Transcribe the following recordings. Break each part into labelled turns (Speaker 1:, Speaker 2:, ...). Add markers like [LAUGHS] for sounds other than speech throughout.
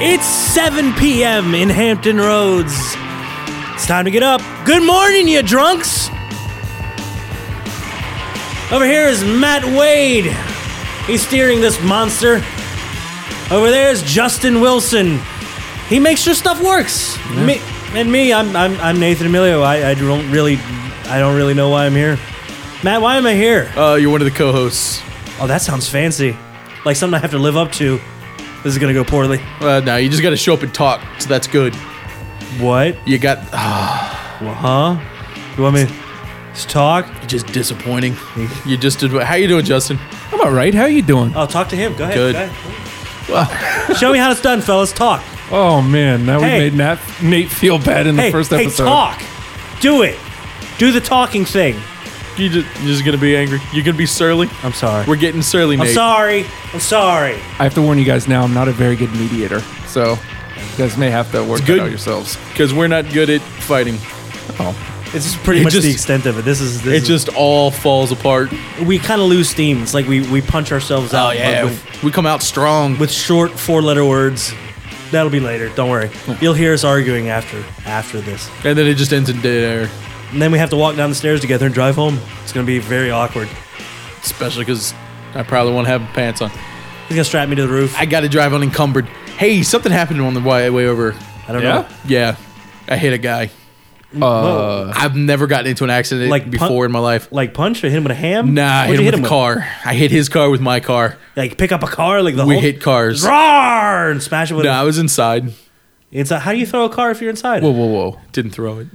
Speaker 1: It's 7 p.m. in Hampton Roads. It's time to get up. Good morning, you drunks. Over here is Matt Wade. He's steering this monster. Over there is Justin Wilson. He makes sure stuff works. Me, and me, I'm, I'm, I'm Nathan Emilio. I, I don't really I don't really know why I'm here. Matt, why am I here?
Speaker 2: Uh, you're one of the co-hosts.
Speaker 1: Oh, that sounds fancy. Like something I have to live up to. This is gonna go poorly.
Speaker 2: Uh, now you just got to show up and talk, so that's good.
Speaker 1: What?
Speaker 2: You got ah,
Speaker 1: Huh? You want me to just talk?
Speaker 2: just [LAUGHS] disappointing. You just did. How you doing, Justin?
Speaker 3: I'm all right. How you doing?
Speaker 1: Oh, talk to him. Go ahead.
Speaker 2: Good.
Speaker 1: go ahead. [LAUGHS] Show me how it's done, fellas. Talk.
Speaker 3: Oh man, now
Speaker 1: Hey.
Speaker 3: we made Nat, Nate feel bad in the
Speaker 1: hey,
Speaker 3: first
Speaker 1: hey,
Speaker 3: episode.
Speaker 1: talk. Do it. Do the talking thing.
Speaker 2: You just, you're just gonna be angry. You're gonna be surly.
Speaker 1: I'm sorry.
Speaker 2: We're getting surly,
Speaker 1: I'm
Speaker 2: Nate.
Speaker 1: sorry. I'm sorry.
Speaker 3: I have to warn you guys now. I'm not a very good mediator, so you guys may have to work
Speaker 2: good.
Speaker 3: that out yourselves.
Speaker 2: Because we're not good at fighting.
Speaker 1: This is pretty
Speaker 2: It
Speaker 1: much the
Speaker 2: just-
Speaker 1: extent of it. This is this
Speaker 2: It
Speaker 1: is-
Speaker 2: just all falls apart.
Speaker 1: we kind of lose steam. It's like we we punch ourselves
Speaker 2: Oh,
Speaker 1: out with,
Speaker 2: we come out strong.
Speaker 1: with short four letter words. That'll be later. Don't
Speaker 2: [LAUGHS]
Speaker 1: worry. You'll hear us arguing after after this,
Speaker 2: And then it just ends in dead air.
Speaker 1: and then we have to walk down the stairs together and drive home. It's gonna be very awkward.
Speaker 2: Especially because I probably won't have pants on.
Speaker 1: He's gonna strap me to the roof.
Speaker 2: I got to drive unencumbered. Hey, something happened on the way, way over.
Speaker 1: I don't know.
Speaker 2: Yeah,
Speaker 3: Yeah?
Speaker 2: I hit a guy.
Speaker 3: Uh,
Speaker 2: I've never gotten into an accident
Speaker 1: Like pun-
Speaker 2: like before in my life.
Speaker 1: Like punch or hit him with a ham?
Speaker 2: Nah, I
Speaker 1: What'd
Speaker 2: hit
Speaker 1: you
Speaker 2: him with a car. I hit his car with my car.
Speaker 1: Like pick up a car, like the
Speaker 2: We
Speaker 1: whole
Speaker 2: hit cars.
Speaker 1: Roar and smash it with.
Speaker 2: No,
Speaker 1: a
Speaker 2: I was inside.
Speaker 1: Inside, how do you throw a car if you're inside?
Speaker 3: whoa, whoa, whoa!
Speaker 2: Didn't throw it.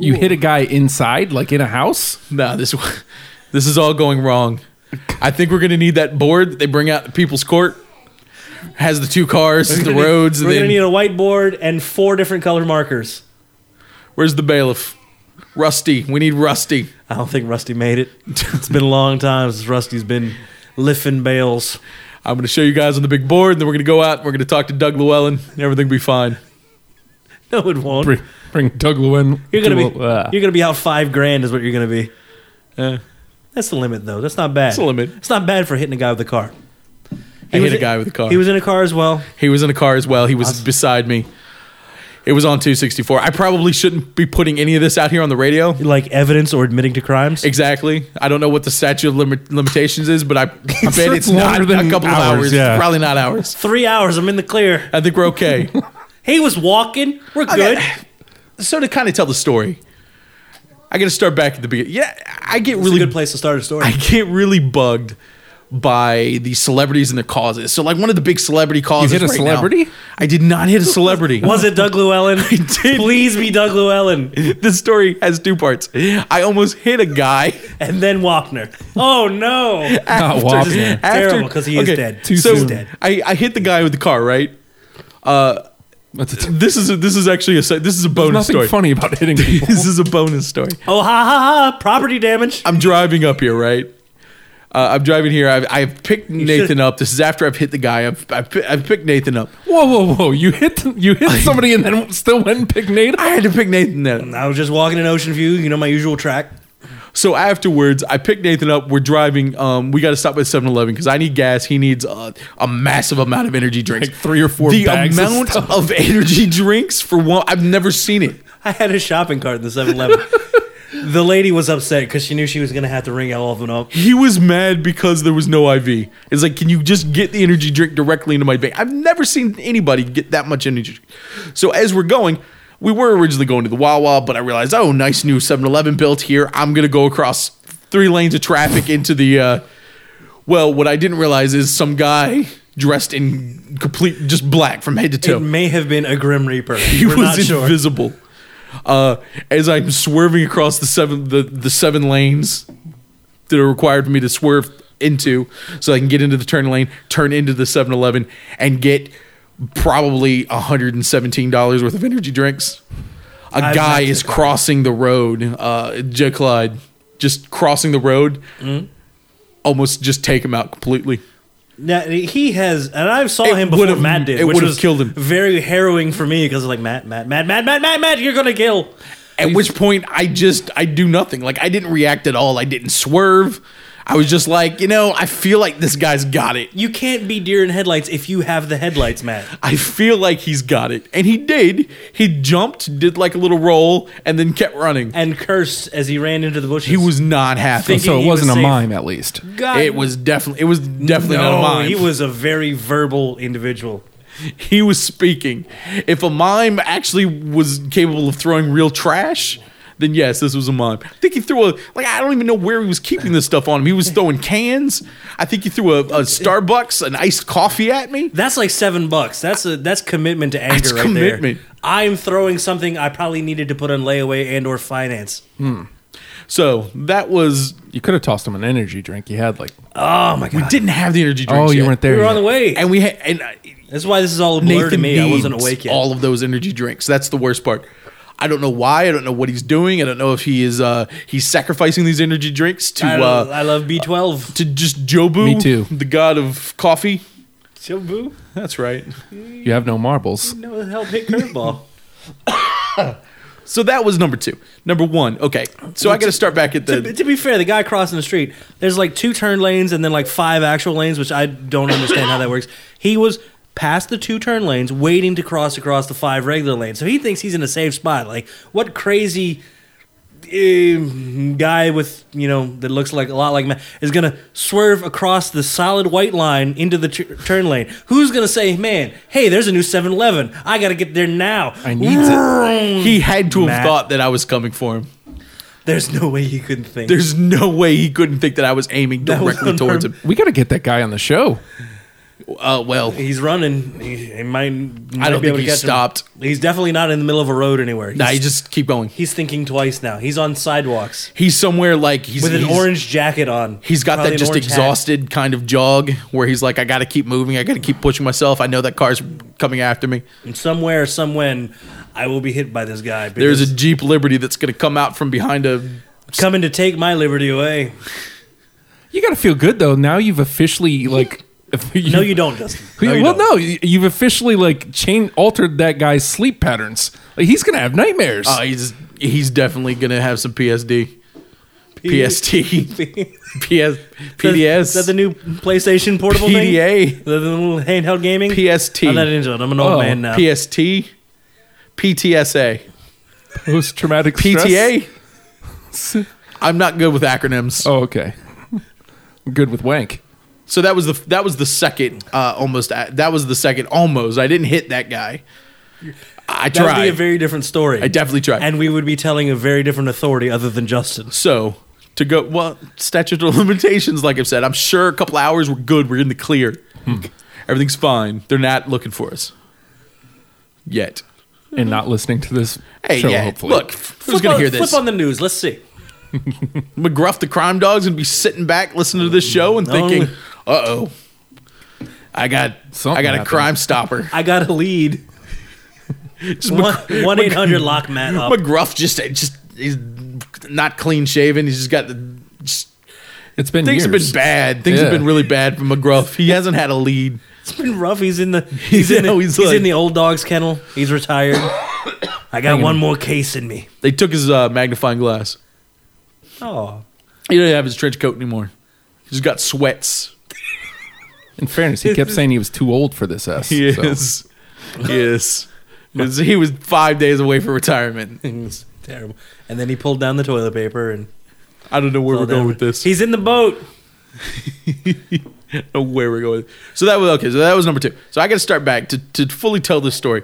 Speaker 3: You hit a guy inside, like in a house.
Speaker 2: Nah, this [LAUGHS] this is all going wrong. I think we're gonna need that board that they bring out at People's Court. Has the two cars, the
Speaker 1: We're gonna need-
Speaker 2: roads,
Speaker 1: We're
Speaker 2: and then
Speaker 1: gonna need a whiteboard and four different color markers.
Speaker 2: where's the bailiff? Rusty. We need Rusty.
Speaker 1: I don't think Rusty made
Speaker 2: [LAUGHS]
Speaker 1: it. It's been a long time since Rusty's been lifting bales. [LAUGHS]
Speaker 2: I'm gonna show you guys on the big board, and then we're gonna go out. And we're gonna talk to Doug Llewellyn. And everything will be fine.
Speaker 1: No, it won't.
Speaker 3: Bring, bring Doug Lewin.
Speaker 1: You're gonna
Speaker 3: to
Speaker 1: be
Speaker 3: a- uh,
Speaker 1: you're gonna be out five grand is what you're gonna be.
Speaker 2: Ah. Eh.
Speaker 1: That's the limit though. That's not bad. That's
Speaker 2: the limit.
Speaker 1: It's not bad for hitting a guy with a car.
Speaker 2: I
Speaker 1: was
Speaker 2: hit a
Speaker 1: in-
Speaker 2: guy with a car.
Speaker 1: He was in a car as well.
Speaker 2: He was in a car as well. He was beside me. It was on 264. I probably shouldn't be putting any of this out here on the radio.
Speaker 1: Like evidence or admitting to crimes.
Speaker 2: Exactly. I don't know what the statute of lim- limitations is, but I, I bet
Speaker 3: [LAUGHS] sure
Speaker 2: it's
Speaker 3: it's
Speaker 2: not
Speaker 3: longer
Speaker 2: a
Speaker 3: than
Speaker 2: couple of
Speaker 3: hours,
Speaker 2: hours.
Speaker 3: yeah.
Speaker 2: It's probably not hours.
Speaker 1: Three hours. I'm in the clear.
Speaker 2: I think we're
Speaker 3: [LAUGHS]
Speaker 2: okay.
Speaker 1: He was walking. We're good.
Speaker 2: so to kind of tell the story, I got to start back at the beginning. Yeah, I get
Speaker 1: It's a
Speaker 2: really
Speaker 1: good place to start a story.
Speaker 2: I get really bugged by the celebrities and their causes. So like one of the big celebrity causes.
Speaker 3: hit a
Speaker 2: right now-
Speaker 3: celebrity?
Speaker 2: I did not hit a
Speaker 3: [LAUGHS]
Speaker 2: celebrity.
Speaker 1: [LAUGHS]
Speaker 2: [LAUGHS]
Speaker 1: was it Doug Llewellyn?
Speaker 2: did.
Speaker 1: Please be Doug Llewellyn.
Speaker 2: this story has two parts. I almost hit a
Speaker 3: [LAUGHS]
Speaker 2: guy.
Speaker 1: And then Wapner. Oh no.
Speaker 3: not Wapner.
Speaker 1: Terrible, 'cause he is dead.
Speaker 3: Oh, Too
Speaker 2: so
Speaker 3: soon.
Speaker 1: dead.
Speaker 2: I, I hit the guy with the car, right?
Speaker 3: That's a t-
Speaker 2: This is a, this is actually a se- this is a bonus
Speaker 3: nothing
Speaker 2: story.
Speaker 3: funny about [LAUGHS] hitting people.
Speaker 2: This is a bonus story.
Speaker 1: Oh ha ha ha! Property damage.
Speaker 2: I'm driving up here, right? Uh, I'm driving here. I've, I've picked Nathan
Speaker 1: should-
Speaker 2: up. This is after I've hit the guy. I've, I've, pi- I've picked Nathan up.
Speaker 3: whoa, whoa, whoa! You hit you hit somebody and then still went and picked Nate.
Speaker 2: I had to pick Nathan then.
Speaker 1: I was just walking in Ocean View. You know my usual track.
Speaker 2: So afterwards, I picked Nathan up. We're driving. Um, we got to stop at 7 Eleven because I need gas. He needs a, a massive amount of energy drinks.
Speaker 3: Like three or four
Speaker 2: the
Speaker 3: bags of
Speaker 2: amount
Speaker 3: stuff.
Speaker 2: of energy drinks for one, I've never seen it.
Speaker 1: I had a shopping cart in the [LAUGHS] 7-Eleven. the lady was upset because she knew she was going to have to ring all of them up.
Speaker 2: He was mad because there was no IV. It's like, can you just get the energy drink directly into my vein? I've never seen anybody get that much energy. drink. So as we're going, we were originally going to the Wawa, but I realized, oh, nice new 7-Eleven built here. I'm gonna go across three lanes of traffic into the. Uh, well, what I didn't realize is some guy dressed in complete just black from head to toe
Speaker 1: It may have been a Grim Reaper.
Speaker 2: [LAUGHS] he
Speaker 1: We're not
Speaker 2: was
Speaker 1: sure.
Speaker 2: invisible. Uh, as I'm swerving across the seven the, the seven lanes that are required for me to swerve into, so I can get into the turn lane, turn into the 7-Eleven, and get probably $117 worth of energy drinks. A
Speaker 1: I've
Speaker 2: guy
Speaker 1: met
Speaker 2: is crossing the road, uh, Jay Clyde, just crossing the road,
Speaker 1: Mm-hmm.
Speaker 2: almost just take him out completely.
Speaker 1: now, he has, and I saw
Speaker 2: It
Speaker 1: him before
Speaker 2: would've-
Speaker 1: Matt did.
Speaker 2: it
Speaker 1: which
Speaker 2: would've
Speaker 1: was
Speaker 2: killed him.
Speaker 1: Very harrowing for me because like Matt, Matt, Matt, Matt, Matt, Matt, Matt, you're going to kill.
Speaker 2: At which point, I just I do nothing. Like I didn't react at all. I didn't swerve. I was just like, you know, I feel like this guy's got it.
Speaker 1: You can't be deer in headlights if you have the headlights, Matt.
Speaker 2: I feel like he's got it. And he did. He jumped, did like a little roll, and then kept running.
Speaker 1: And cursed as he ran into the bushes.
Speaker 2: He was not happy.
Speaker 1: Think-
Speaker 3: So it
Speaker 1: he was
Speaker 3: wasn't a
Speaker 1: safe.
Speaker 3: mime, at least.
Speaker 1: God,
Speaker 2: It was definitely it was definitely
Speaker 1: no,
Speaker 2: not mine.
Speaker 1: He was a very verbal individual.
Speaker 2: he was speaking. If a mime actually was capable of throwing real trash, then yes, this was a mime. I think he threw a like I don't even know where he was keeping this stuff on him. He was throwing cans. I think he threw a, a Starbucks, an iced coffee at me.
Speaker 1: That's like seven bucks. That's a that's commitment to anger
Speaker 2: That's
Speaker 1: right
Speaker 2: commitment.
Speaker 1: there. I'm throwing something I probably needed to put on layaway and or finance.
Speaker 2: So that was
Speaker 3: You could have tossed him an energy drink. You had like,
Speaker 1: Oh my
Speaker 2: we
Speaker 1: god.
Speaker 2: didn't have the energy drinks.
Speaker 3: oh, you
Speaker 2: yet.
Speaker 3: weren't there.
Speaker 1: We were on
Speaker 3: yet.
Speaker 1: the way.
Speaker 2: And we had and uh,
Speaker 1: That's why this is all a blur
Speaker 2: Nathan
Speaker 1: to me. I wasn't
Speaker 2: needs
Speaker 1: awake yet.
Speaker 2: All of those energy drinks. That's the worst part. I don't know why. I don't know what he's doing. I don't know if he is uh he's sacrificing these energy drinks to
Speaker 1: I,
Speaker 2: uh
Speaker 1: I love B12.
Speaker 2: to just Jobu,
Speaker 3: Me too.
Speaker 2: the god of coffee.
Speaker 1: So boo,
Speaker 2: That's right.
Speaker 3: You have no marbles.
Speaker 1: no help hit curveball.
Speaker 2: So that was number two. Number one. Okay. So I got to start back
Speaker 1: [LAUGHS]
Speaker 2: at
Speaker 1: to,
Speaker 2: the.
Speaker 1: to be fair, the guy crossing the street, there's like two turn lanes and then like five actual lanes, which I don't understand how that works. He was past the two turn lanes, waiting to cross across the five regular lanes, so he thinks he's in a safe spot. Like what crazy um, guy with you know that looks like a lot like Matt is gonna swerve across the solid white line into the t- turn lane? Who's gonna say, man, hey, there's a new 7-Eleven. I gotta get there now.
Speaker 3: I needs it.
Speaker 2: He had to have
Speaker 1: Matt.
Speaker 2: thought that I was coming for him.
Speaker 1: There's no way he couldn't think.
Speaker 2: There's no way he couldn't think that I was aiming
Speaker 1: That was
Speaker 2: directly towards him.
Speaker 3: We got to get that guy on the show.
Speaker 2: Uh, well,
Speaker 1: He's running. He, he might, might
Speaker 2: don't
Speaker 1: be able to
Speaker 2: think he
Speaker 1: catch him.
Speaker 2: stopped.
Speaker 1: He's definitely not in the middle of a road anywhere. He's,
Speaker 2: nah, you just keep going.
Speaker 1: he's thinking twice now. He's on sidewalks
Speaker 2: He's somewhere like he's
Speaker 1: with an
Speaker 2: he's-
Speaker 1: orange jacket on.
Speaker 2: He's got
Speaker 1: Probably
Speaker 2: that
Speaker 1: an
Speaker 2: just
Speaker 1: orange hat.
Speaker 2: exhausted kind of jog where he's like, I got to keep moving. I got to keep pushing myself. I know that car's coming after me.
Speaker 1: And somewhere, some when, I will be hit by this guy.
Speaker 2: There's
Speaker 1: because
Speaker 2: a Jeep Liberty that's going to come out from behind a.
Speaker 1: coming to take my liberty away.
Speaker 3: You got to feel good though. Now you've officially
Speaker 2: [LAUGHS]
Speaker 3: like. [LAUGHS] you,
Speaker 1: No, you don't, Dustin. No, you
Speaker 3: well,
Speaker 1: don't.
Speaker 3: no, you- you've officially like chain altered that guy's sleep patterns. Like he's gonna have nightmares. [LAUGHS]
Speaker 2: Uh, he's he's definitely going to have some PSD. PST. PS, PDS.
Speaker 1: Is that the new PlayStation portable thing?
Speaker 2: PDA.
Speaker 1: The, the little handheld gaming.
Speaker 2: PST.
Speaker 1: I'm not into it. I'm an old
Speaker 3: Oh,
Speaker 1: man now.
Speaker 2: PST. PTSA.
Speaker 3: Post traumatic
Speaker 2: PTA. I'm not good with acronyms.
Speaker 3: [LAUGHS] Oh, okay. I'm good with wank.
Speaker 2: So that was the that was the second uh, almost that was the second almost. I didn't hit that guy. I
Speaker 1: that would be
Speaker 2: tried.
Speaker 1: a very different story.
Speaker 2: I definitely tried.
Speaker 1: and we would be telling a very different authority other than Justin.
Speaker 2: so to go well, statute of [LAUGHS] limitations. Like I've said, I'm sure a couple hours we're good. We're in the clear.
Speaker 3: Hmm.
Speaker 2: Everything's fine. They're not looking for us yet.
Speaker 3: And not listening to this
Speaker 2: Hey,
Speaker 3: show,
Speaker 2: yeah.
Speaker 3: hopefully.
Speaker 2: Look, who's going to hear this?
Speaker 1: Flip on the news. Let's see.
Speaker 2: McGruff the crime dog's going to be sitting back listening to this
Speaker 3: Mm.
Speaker 2: show and thinking, "Uh oh, I got
Speaker 3: Something
Speaker 2: I got a
Speaker 3: happened.
Speaker 2: crime stopper."
Speaker 1: I got a lead.
Speaker 2: Just Mc-
Speaker 1: One eight hundred lock Matt
Speaker 3: Uh,
Speaker 1: up.
Speaker 2: McGruff just eh, just he's not clean shaven. He's just got the just,
Speaker 3: it's been
Speaker 2: things have
Speaker 3: years.
Speaker 2: been bad. Things have
Speaker 3: Yeah.
Speaker 2: been really bad for McGruff. He hasn't had a lead.
Speaker 1: It's been rough. He's in the he's in
Speaker 2: Yeah,
Speaker 1: the,
Speaker 2: he's
Speaker 1: he's,
Speaker 2: like-
Speaker 1: in the old dog's kennel. He's retired. I got one more case in me.
Speaker 2: They took his uh, magnifying glass.
Speaker 1: Oh, [LAUGHS]
Speaker 2: He didn't have his trench coat anymore. He just got sweats.
Speaker 3: In fairness, he kept saying he was too old for this S.
Speaker 2: He
Speaker 3: so-
Speaker 2: is. He is. It's- He was five days away from retirement.
Speaker 1: it's terrible. And then he pulled down the toilet paper and
Speaker 2: I don't know where we're
Speaker 1: Well,
Speaker 2: going
Speaker 1: then-
Speaker 2: with this.
Speaker 1: He's in the boat.
Speaker 2: I don't know where we're going. So that was okay. So that was number two. So I got to start back to, to fully tell this story.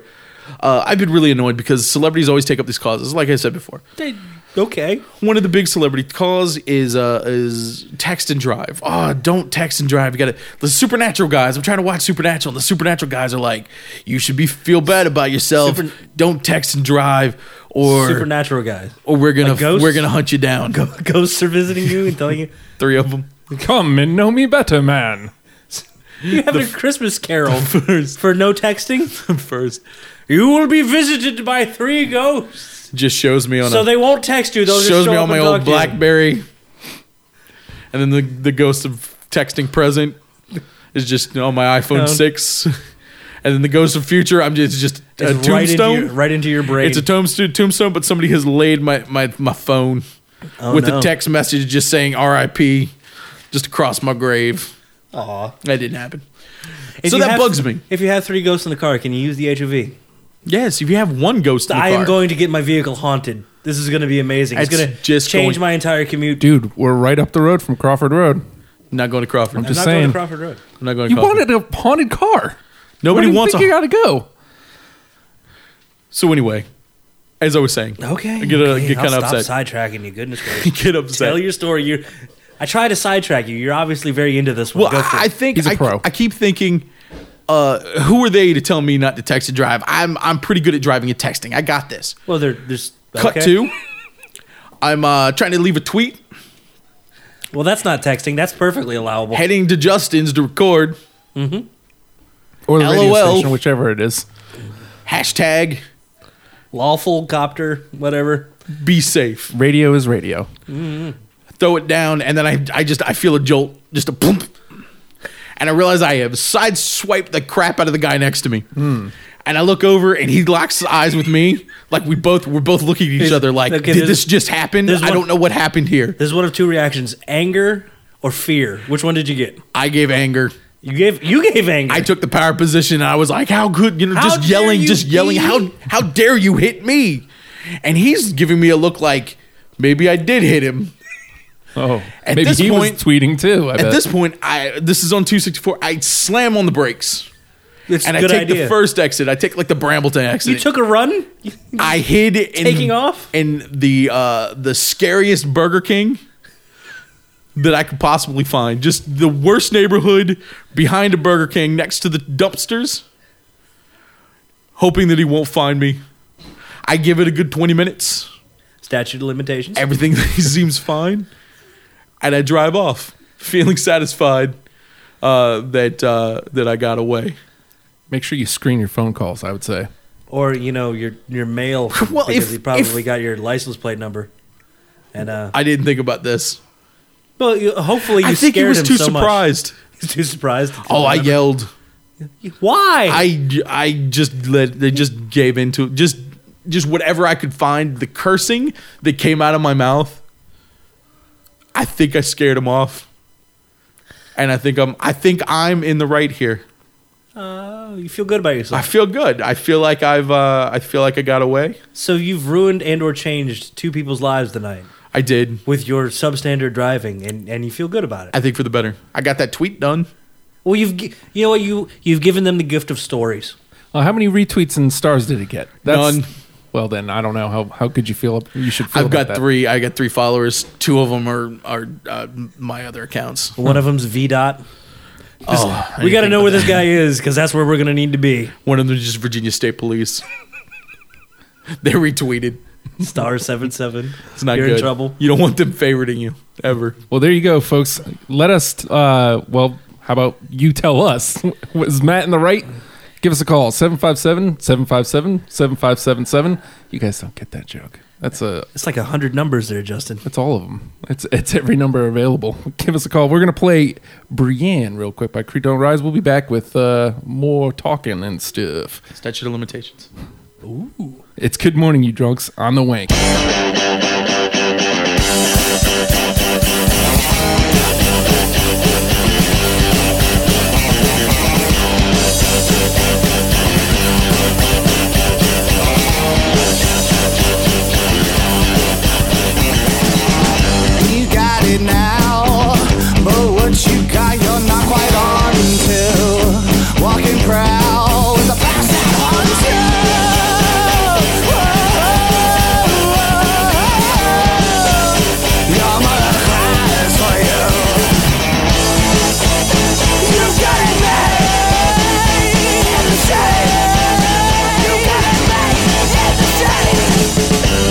Speaker 2: Uh, I've been really annoyed because celebrities always take up these causes, like I said before.
Speaker 1: They- Okay.
Speaker 2: one of the big celebrity cause is uh is text and drive. Oh, don't text and drive. You gotta the supernatural guys. I'm trying to watch supernatural, and the supernatural guys are like, you should be feel bad about yourself.
Speaker 1: Super-
Speaker 2: don't text and drive, or
Speaker 1: Supernatural guys.
Speaker 2: or we're gonna
Speaker 1: Like ghosts?
Speaker 2: we're gonna hunt you down.
Speaker 1: Ghosts are visiting you and telling you
Speaker 2: Three of them.
Speaker 3: [LAUGHS] Come and know me better, man.
Speaker 1: you have a Christmas carol for no texting.
Speaker 2: First,
Speaker 1: You will be visited by three ghosts,
Speaker 2: just shows me on
Speaker 1: so
Speaker 2: a,
Speaker 1: they won't text you. They'll just
Speaker 2: shows
Speaker 1: show
Speaker 2: me
Speaker 1: up
Speaker 2: on my
Speaker 1: and
Speaker 2: old
Speaker 1: talk to you.
Speaker 2: BlackBerry, and then the the ghost of texting present is just on my iPhone
Speaker 1: Um,
Speaker 2: six, [LAUGHS] and then the ghost of future. I'm just just a
Speaker 1: It's right into,
Speaker 2: tombstone.
Speaker 1: your, right into your brain.
Speaker 2: It's a tombstone, tombstone, but somebody has laid my my, my phone
Speaker 1: Oh,
Speaker 2: with a
Speaker 1: no.
Speaker 2: text message just saying "R.I.P." just across my grave.
Speaker 1: Aw.
Speaker 2: That didn't happen.
Speaker 1: If
Speaker 2: so
Speaker 1: you
Speaker 2: that
Speaker 1: have-
Speaker 2: bugs me.
Speaker 1: If you have three ghosts in the car, can you use the HOV?
Speaker 2: Yes, if you have one ghost in the
Speaker 1: I
Speaker 2: car,
Speaker 1: am going to get my vehicle haunted. This is going to be amazing. It's
Speaker 2: That's
Speaker 1: going to
Speaker 2: just
Speaker 1: change
Speaker 2: going-
Speaker 1: my entire commute.
Speaker 3: Dude, we're right up the road from Crawford Road.
Speaker 2: I'm not going to Crawford. I'm,
Speaker 1: I'm not
Speaker 2: just,
Speaker 3: just
Speaker 1: going to
Speaker 3: saying.
Speaker 1: Crawford Road.
Speaker 2: I'm not going to
Speaker 3: You
Speaker 2: Crawford.
Speaker 3: wanted a haunted car.
Speaker 2: Nobody
Speaker 3: Where do you
Speaker 2: wants
Speaker 3: think
Speaker 2: a-
Speaker 3: you got to go.
Speaker 2: So anyway, as I was saying,
Speaker 1: Okay.
Speaker 2: I get, uh,
Speaker 1: okay,
Speaker 2: get
Speaker 1: I'll
Speaker 2: kind of upset.
Speaker 1: Stop sidetracking you.
Speaker 2: [LAUGHS]
Speaker 1: Goodness gracious.
Speaker 2: Get upset.
Speaker 1: Tell your story. You. I try to sidetrack you. You're obviously very into this one.
Speaker 2: Well,
Speaker 1: Go for
Speaker 2: I, I
Speaker 1: it.
Speaker 2: think
Speaker 3: He's a
Speaker 2: I-
Speaker 3: pro.
Speaker 2: I keep thinking, uh, who are they to tell me not to text and drive? I'm I'm pretty good at driving and texting. I got this.
Speaker 1: well, there, there's
Speaker 2: Cut
Speaker 1: okay.
Speaker 2: two. I'm uh, trying to leave a tweet,
Speaker 1: Well, that's not texting. That's perfectly allowable.
Speaker 2: heading to Justin's to record.
Speaker 3: Or the radio
Speaker 2: LOL.
Speaker 3: station, whichever it is.
Speaker 2: Hashtag
Speaker 1: Lawful copter, whatever.
Speaker 2: be safe.
Speaker 3: Radio is radio.
Speaker 2: Throw it down, and then I I just I feel a jolt, just a boom, and I realize I have side swiped the crap out of the guy next to me.
Speaker 1: Hmm.
Speaker 2: And I look over, and he locks eyes with me, like we both we're both looking at each
Speaker 1: There's-
Speaker 2: other, like
Speaker 1: okay,
Speaker 2: did
Speaker 1: there's-
Speaker 2: this just happen?
Speaker 1: there's
Speaker 2: I
Speaker 1: one-
Speaker 2: don't know what happened here.
Speaker 1: There's one of two reactions: anger or fear. Which one did you get?
Speaker 2: I gave anger.
Speaker 1: You gave you gave anger.
Speaker 2: I took the power position and I was like, how good, you know,
Speaker 1: How
Speaker 2: just
Speaker 1: dare
Speaker 2: yelling,
Speaker 1: you
Speaker 2: just yelling,
Speaker 1: be-
Speaker 2: how how dare you hit me? And he's giving me a look like maybe I did hit him.
Speaker 3: Oh,
Speaker 2: At
Speaker 3: maybe
Speaker 2: this
Speaker 3: he
Speaker 2: point-
Speaker 3: was tweeting too. I
Speaker 2: At
Speaker 3: bet.
Speaker 2: this point, I this is on 264. I slam on the brakes.
Speaker 1: It's
Speaker 2: and
Speaker 1: a
Speaker 2: I
Speaker 1: good
Speaker 2: take
Speaker 1: idea.
Speaker 2: the first exit. I take like the Brambleton exit.
Speaker 1: You took a run.
Speaker 2: I hid in,
Speaker 1: Taking off?
Speaker 2: in the uh, the scariest Burger King that I could possibly find. Just the worst neighborhood behind a Burger King next to the dumpsters, hoping that he won't find me. I give it a good twenty minutes.
Speaker 1: Statute of limitations.
Speaker 2: Everything [LAUGHS] seems fine, and I drive off, feeling satisfied uh, that uh, that I got away.
Speaker 3: Make sure you screen your phone calls, I would say.
Speaker 1: or you know your your [LAUGHS] mail
Speaker 2: Well,
Speaker 1: because
Speaker 2: if-
Speaker 1: he probably
Speaker 2: if-
Speaker 1: got your license plate number. And uh,
Speaker 2: I didn't think about this.
Speaker 1: well, you, hopefully you
Speaker 2: I think he
Speaker 1: scared
Speaker 2: was
Speaker 1: him
Speaker 2: too
Speaker 1: so much.
Speaker 2: surprised.
Speaker 1: [LAUGHS] He's too surprised.
Speaker 2: Oh, I yelled.
Speaker 1: Why?
Speaker 2: I I just let they just gave into just just whatever I could find the cursing that came out of my mouth. I think I scared him off, and I think I'm I think I'm in the right here.
Speaker 1: Uh, you feel good about
Speaker 2: I
Speaker 1: yourself.
Speaker 2: feel good. I feel like I've uh, I feel like I got away.
Speaker 1: so you've ruined and or changed two people's lives tonight
Speaker 2: I did.
Speaker 1: with your substandard driving, and, and you feel good about it.
Speaker 2: I think for the better. I got that tweet done.
Speaker 1: well, you've gi- you know what you you've given them the gift of stories.
Speaker 3: Uh, how many retweets and stars did it get?
Speaker 2: None.
Speaker 3: Well, then I don't know how how could you feel? You should. Feel
Speaker 2: I've
Speaker 3: about
Speaker 2: got
Speaker 3: that.
Speaker 2: three. I got three followers. Two of them are are uh, my other accounts.
Speaker 1: One of them's V dot.
Speaker 2: Oh,
Speaker 1: We got to know where this guy is because that's where we're gonna need to be.
Speaker 2: One of them is just Virginia State Police. [LAUGHS] they retweeted.
Speaker 1: Star seven seven.
Speaker 2: [LAUGHS] It's not
Speaker 1: You're
Speaker 2: good.
Speaker 1: in trouble.
Speaker 2: You don't want them favoriting you ever.
Speaker 3: Well, there you go, folks. Let us. Uh, well, how about you tell us? [LAUGHS] Was Matt in the right? Give us a call 757-757-7577. You guys don't get that joke. That's a
Speaker 1: It's like a hundred numbers there, Justin.
Speaker 3: It's all of them. It's it's every number available. Give us a call. We're gonna play Brienne real quick by Creek Don't Rise. We'll be back with uh, more talking and stuff.
Speaker 2: Statute of limitations.
Speaker 3: It's Good Morning, you drunks on the wank.
Speaker 4: You got it now, but what you got you're not quite on to. Walking proud with a pass out on to. You're my class for you. You got it made in the shade. You got it made in the shade.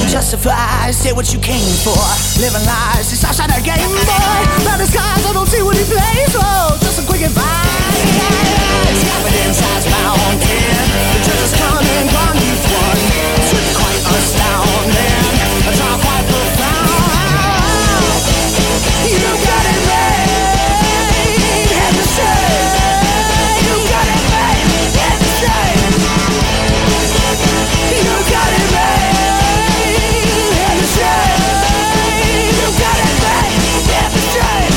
Speaker 4: Justify, say what you came for. Living lies, it's outside our game, boy. By the skies, I don't see what he plays for. Just a quick advice. Confidence has mounted. The judge is coming, gone, you've won. Should quite astounding. It's all quite profound. You got it made. Head to shame. You got it made. Head to shame. You got it made. Head to shame. You got it made. Head to shame.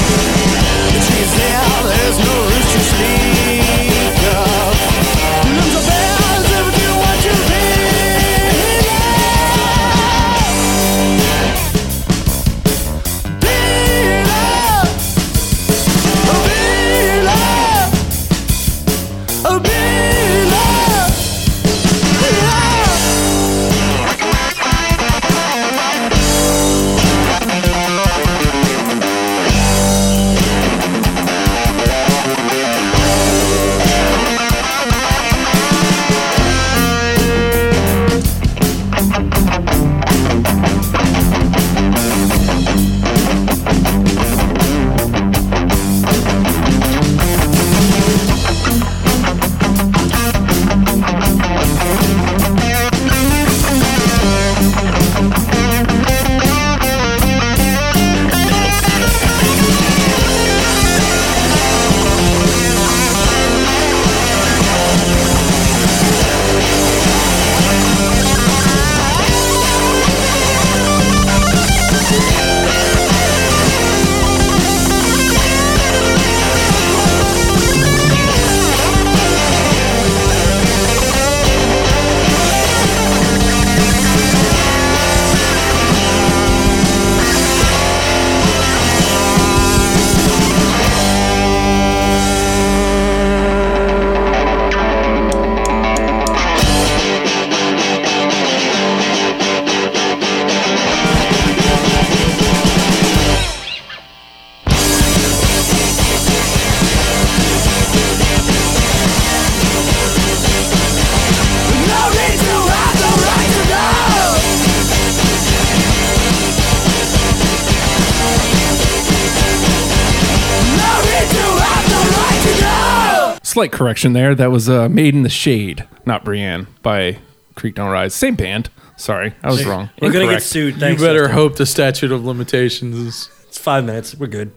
Speaker 3: slight correction there. That was uh, Made in the Shade, not Brienne, by Creek Don't Rise. Same band. Sorry, I was wrong.
Speaker 1: We're gonna get
Speaker 3: Correct.
Speaker 1: sued. Thanks.
Speaker 2: you better
Speaker 1: Justin.
Speaker 2: hope the statute of limitations is.
Speaker 1: It's five minutes. We're good.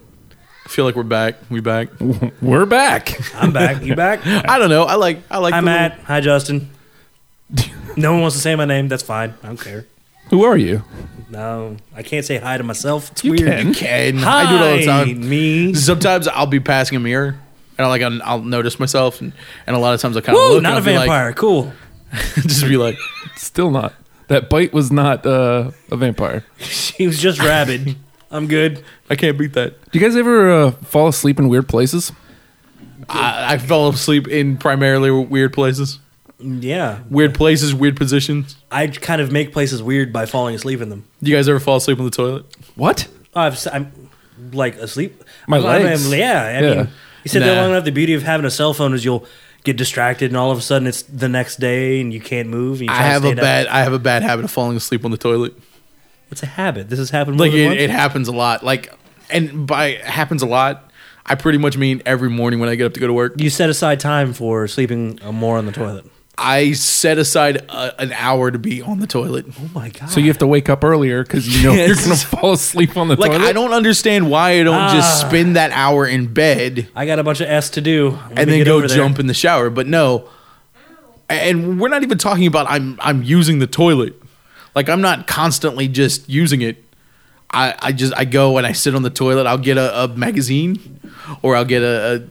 Speaker 2: I feel like we're back. We back.
Speaker 1: [LAUGHS]
Speaker 3: We're back.
Speaker 1: I'm back. You
Speaker 2: [LAUGHS]
Speaker 1: back?
Speaker 2: I don't know. I like. I like.
Speaker 1: Hi,
Speaker 2: the little-
Speaker 1: Matt. Hi,
Speaker 2: [LAUGHS]
Speaker 1: Justin. No one wants to say my name. That's fine. I don't care.
Speaker 3: Who are you?
Speaker 1: No, I can't say hi to myself. It's
Speaker 3: You
Speaker 1: weird.
Speaker 3: can.
Speaker 2: Ken.
Speaker 1: Hi,
Speaker 2: I do it all the time.
Speaker 1: Me.
Speaker 2: Sometimes I'll be passing a mirror, and I'll like I'll, I'll notice myself, and, and a lot of times I kind of
Speaker 1: Woo,
Speaker 2: look.
Speaker 1: not a
Speaker 2: and I'll be
Speaker 1: vampire. [LAUGHS] cool.
Speaker 2: Like, [LAUGHS] just be like,
Speaker 3: Still not. That bite was not uh, a vampire.
Speaker 1: She was just
Speaker 2: [LAUGHS]
Speaker 1: rabid. I'm good.
Speaker 2: I can't beat that.
Speaker 3: Do you guys ever uh, fall asleep in weird places?
Speaker 2: I, I fell asleep in primarily weird places,
Speaker 1: Yeah,
Speaker 2: weird places, weird positions.
Speaker 1: I kind of make places weird by falling asleep in them.
Speaker 2: You guys ever fall asleep on the toilet?
Speaker 3: What?
Speaker 1: I've, am like asleep.
Speaker 3: My
Speaker 1: I- I-
Speaker 3: legs.
Speaker 1: yeah, I
Speaker 3: Yeah.
Speaker 1: mean, you sit there
Speaker 2: Nah.
Speaker 1: long enough. The beauty of having a cell phone is you'll get distracted, and all of a sudden it's the next day, and you can't move. And you
Speaker 2: I
Speaker 1: try to
Speaker 2: have a
Speaker 1: stand up.
Speaker 2: bad. I have a bad habit of falling asleep on the toilet.
Speaker 1: It's a habit. This has happened more
Speaker 2: Like
Speaker 1: than
Speaker 2: it,
Speaker 1: once.
Speaker 2: it happens a lot. Like and by happens a lot, I pretty much mean every morning when I get up to go to work.
Speaker 1: you set aside time for sleeping uh, more on the toilet.
Speaker 2: I set aside a, an hour to be on the toilet.
Speaker 1: Oh my god!
Speaker 3: So you have to wake up earlier because you know
Speaker 2: Yes.
Speaker 3: you're going to fall asleep on the
Speaker 2: Like
Speaker 3: toilet?
Speaker 2: I don't understand why I don't just spend that hour in bed
Speaker 1: I got a bunch of S to do, Let
Speaker 2: and
Speaker 1: me
Speaker 2: then
Speaker 1: get
Speaker 2: go
Speaker 1: over there.
Speaker 2: jump in the shower. But no, and we're not even talking about I'm I'm using the toilet. Like I'm not constantly just using it. I, I just I go and I sit on the toilet. I'll get a, a magazine, or I'll get a. a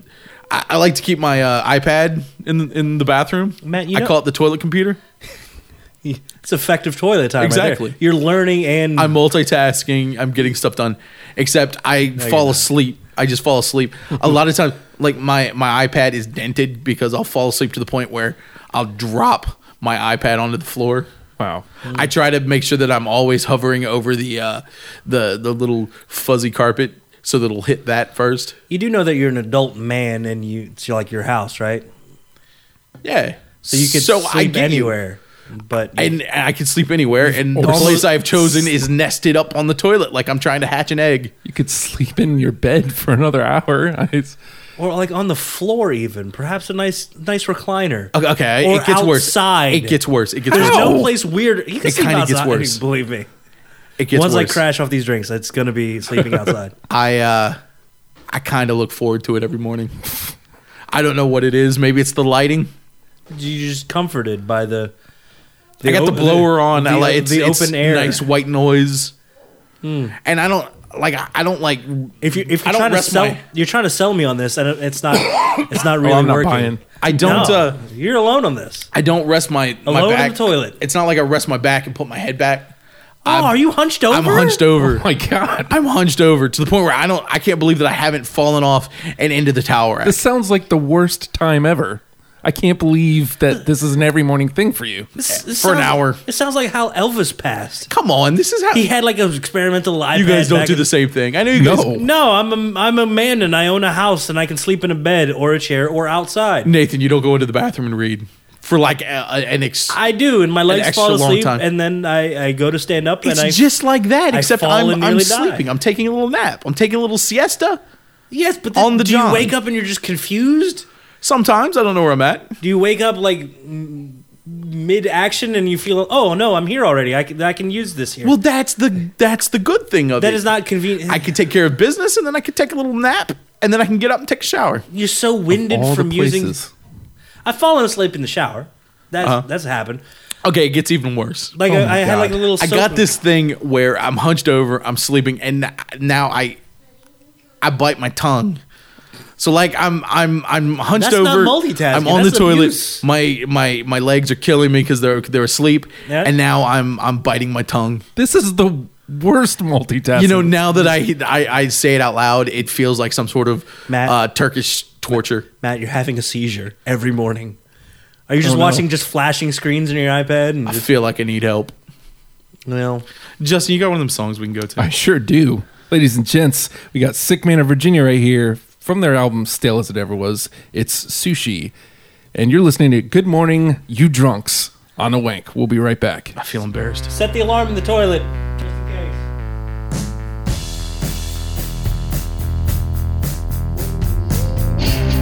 Speaker 2: I, I like to keep my uh, iPad in in the bathroom.
Speaker 1: Matt, you
Speaker 2: I
Speaker 1: know-
Speaker 2: call it the toilet computer.
Speaker 1: It's effective toilet time. right there.
Speaker 2: Exactly.
Speaker 1: You're learning and
Speaker 2: I'm multitasking. I'm getting stuff done. Except I
Speaker 1: you're
Speaker 2: fall
Speaker 1: not.
Speaker 2: asleep. I just fall asleep. a lot of times, like my my iPad is dented because I'll fall asleep to the point where I'll drop my iPad onto the floor.
Speaker 3: Wow.
Speaker 1: Mm.
Speaker 2: I try to make sure that I'm always hovering over the uh, the the little fuzzy carpet so that it'll hit that first.
Speaker 1: you do know that you're an adult man and you it's like your house, right?
Speaker 2: Yeah.
Speaker 1: So you could sleep
Speaker 2: get you.
Speaker 1: anywhere. But
Speaker 2: And, and I can sleep anywhere, and the
Speaker 3: Also-
Speaker 2: place I've chosen is nested up on the toilet, like I'm trying to hatch an egg.
Speaker 3: You could sleep in your bed for another hour. [LAUGHS] It's,
Speaker 1: or like on the floor even. Perhaps a nice nice recliner.
Speaker 2: Okay, okay,
Speaker 1: Or
Speaker 2: it gets
Speaker 1: outside.
Speaker 2: worse. It gets worse. It gets
Speaker 1: There's
Speaker 2: worse.
Speaker 1: no place weird. You can
Speaker 2: It
Speaker 1: sleep
Speaker 2: kinda gets
Speaker 1: outside.
Speaker 2: worse.
Speaker 1: Believe me.
Speaker 2: It gets
Speaker 1: Once
Speaker 2: worse.
Speaker 1: I crash off these drinks, it's gonna be
Speaker 2: [LAUGHS]
Speaker 1: sleeping outside.
Speaker 2: I uh, I kind of look forward to it every morning. [LAUGHS] I don't know what it is. Maybe it's the lighting.
Speaker 1: You're just comforted by the.
Speaker 2: I got the
Speaker 1: o-
Speaker 2: blower on. I
Speaker 1: the- uh,
Speaker 2: like it's,
Speaker 1: the
Speaker 2: it's
Speaker 1: open air. Hmm.
Speaker 2: nice white noise. And I don't like. I- I don't like.
Speaker 1: If you if
Speaker 2: I
Speaker 1: you're
Speaker 2: don't
Speaker 1: trying to
Speaker 2: rest
Speaker 1: sell,
Speaker 2: my- Oh,
Speaker 1: you're trying to sell me on this, and it-
Speaker 2: [LAUGHS]
Speaker 1: it's not it's not really
Speaker 3: I'm not
Speaker 1: working.
Speaker 3: buying.
Speaker 2: I don't.
Speaker 1: No,
Speaker 2: Uh,
Speaker 1: you're alone on this.
Speaker 2: I don't rest my my
Speaker 1: Alone in the
Speaker 2: back.
Speaker 1: toilet.
Speaker 2: It's not like I rest my back and put my head back.
Speaker 1: oh, are you hunched over?
Speaker 2: I'm hunched over.
Speaker 3: oh my God.
Speaker 2: I'm hunched over to the point where I don't. I can't believe that I haven't fallen off and into the tower.
Speaker 3: This sounds like the worst time ever. I can't believe that this is an every morning thing for you.
Speaker 1: This- this
Speaker 2: For an
Speaker 1: sounds-
Speaker 2: hour.
Speaker 1: It sounds like how Elvis passed.
Speaker 2: Come on, this is how
Speaker 1: He had like an experimental iPad.
Speaker 2: you guys don't
Speaker 1: back
Speaker 2: do
Speaker 1: in-
Speaker 2: the same thing. I know you guys.
Speaker 3: No.
Speaker 1: No, I'm a, I'm a man and I own a house and I can sleep in a bed or a chair or outside.
Speaker 2: Nathan, you don't go into the bathroom and read for like a, a- an ex.
Speaker 1: I do, and my legs
Speaker 2: extra
Speaker 1: fall
Speaker 2: long
Speaker 1: asleep,
Speaker 2: time.
Speaker 1: and then I, I go to stand up
Speaker 2: it's
Speaker 1: and I
Speaker 2: just like that,
Speaker 1: I
Speaker 2: except
Speaker 1: fall
Speaker 2: I'm,
Speaker 1: and
Speaker 2: I'm
Speaker 1: nearly die.
Speaker 2: sleeping. I'm taking a little nap. I'm taking a little siesta.
Speaker 1: yes, but
Speaker 2: on the
Speaker 1: do you
Speaker 2: job.
Speaker 1: wake up and you're just confused?
Speaker 2: Sometimes I don't know where I'm at.
Speaker 1: Do you wake up like mid action and you feel oh no I'm here already I can, I can use this here?
Speaker 2: Well, that's the that's the good thing of
Speaker 1: that
Speaker 2: it.
Speaker 1: is not convenient.
Speaker 2: I can take care of business, and then I can take a little nap, and then I can get up and take a shower.
Speaker 1: [LAUGHS] You're so winded
Speaker 3: All
Speaker 1: from
Speaker 3: the
Speaker 1: using.
Speaker 3: places.
Speaker 1: I've fallen asleep in the shower. That's
Speaker 2: Uh-huh.
Speaker 1: that's happened.
Speaker 2: Okay, it gets even worse.
Speaker 1: Like
Speaker 3: Oh
Speaker 1: I,
Speaker 3: my
Speaker 1: I had
Speaker 3: God.
Speaker 1: like a little.
Speaker 2: I
Speaker 1: soap-
Speaker 2: got this thing where I'm hunched over, I'm sleeping, and n- now I I bite my tongue. So like I'm I'm I'm hunched
Speaker 1: That's not
Speaker 2: over.
Speaker 1: multitasking,
Speaker 2: I'm on
Speaker 1: that's
Speaker 2: the toilet.
Speaker 1: abuse.
Speaker 2: My my my legs are killing me because they're they're asleep,
Speaker 1: Yeah.
Speaker 2: and now I'm I'm biting my tongue.
Speaker 3: This is the worst multitasking.
Speaker 2: You know, now that I, I I say it out loud, it feels like some sort of
Speaker 1: Matt.
Speaker 2: uh, Turkish torture.
Speaker 1: Matt, you're having a seizure every morning. Are you just
Speaker 3: no.
Speaker 1: watching just flashing screens on your iPad? And
Speaker 2: I
Speaker 1: just,
Speaker 2: feel like I need help.
Speaker 1: well,
Speaker 2: Justin, you got one of them songs we can go to.
Speaker 3: I sure do. Ladies and gents, we got Sick Man of Virginia right here from their album Stale as It Ever Was. It's Sushi. And you're listening to Good Morning, You Drunks on a Wank. We'll be right back.
Speaker 2: I feel embarrassed.
Speaker 1: set the alarm in the toilet. Just in case.
Speaker 4: Just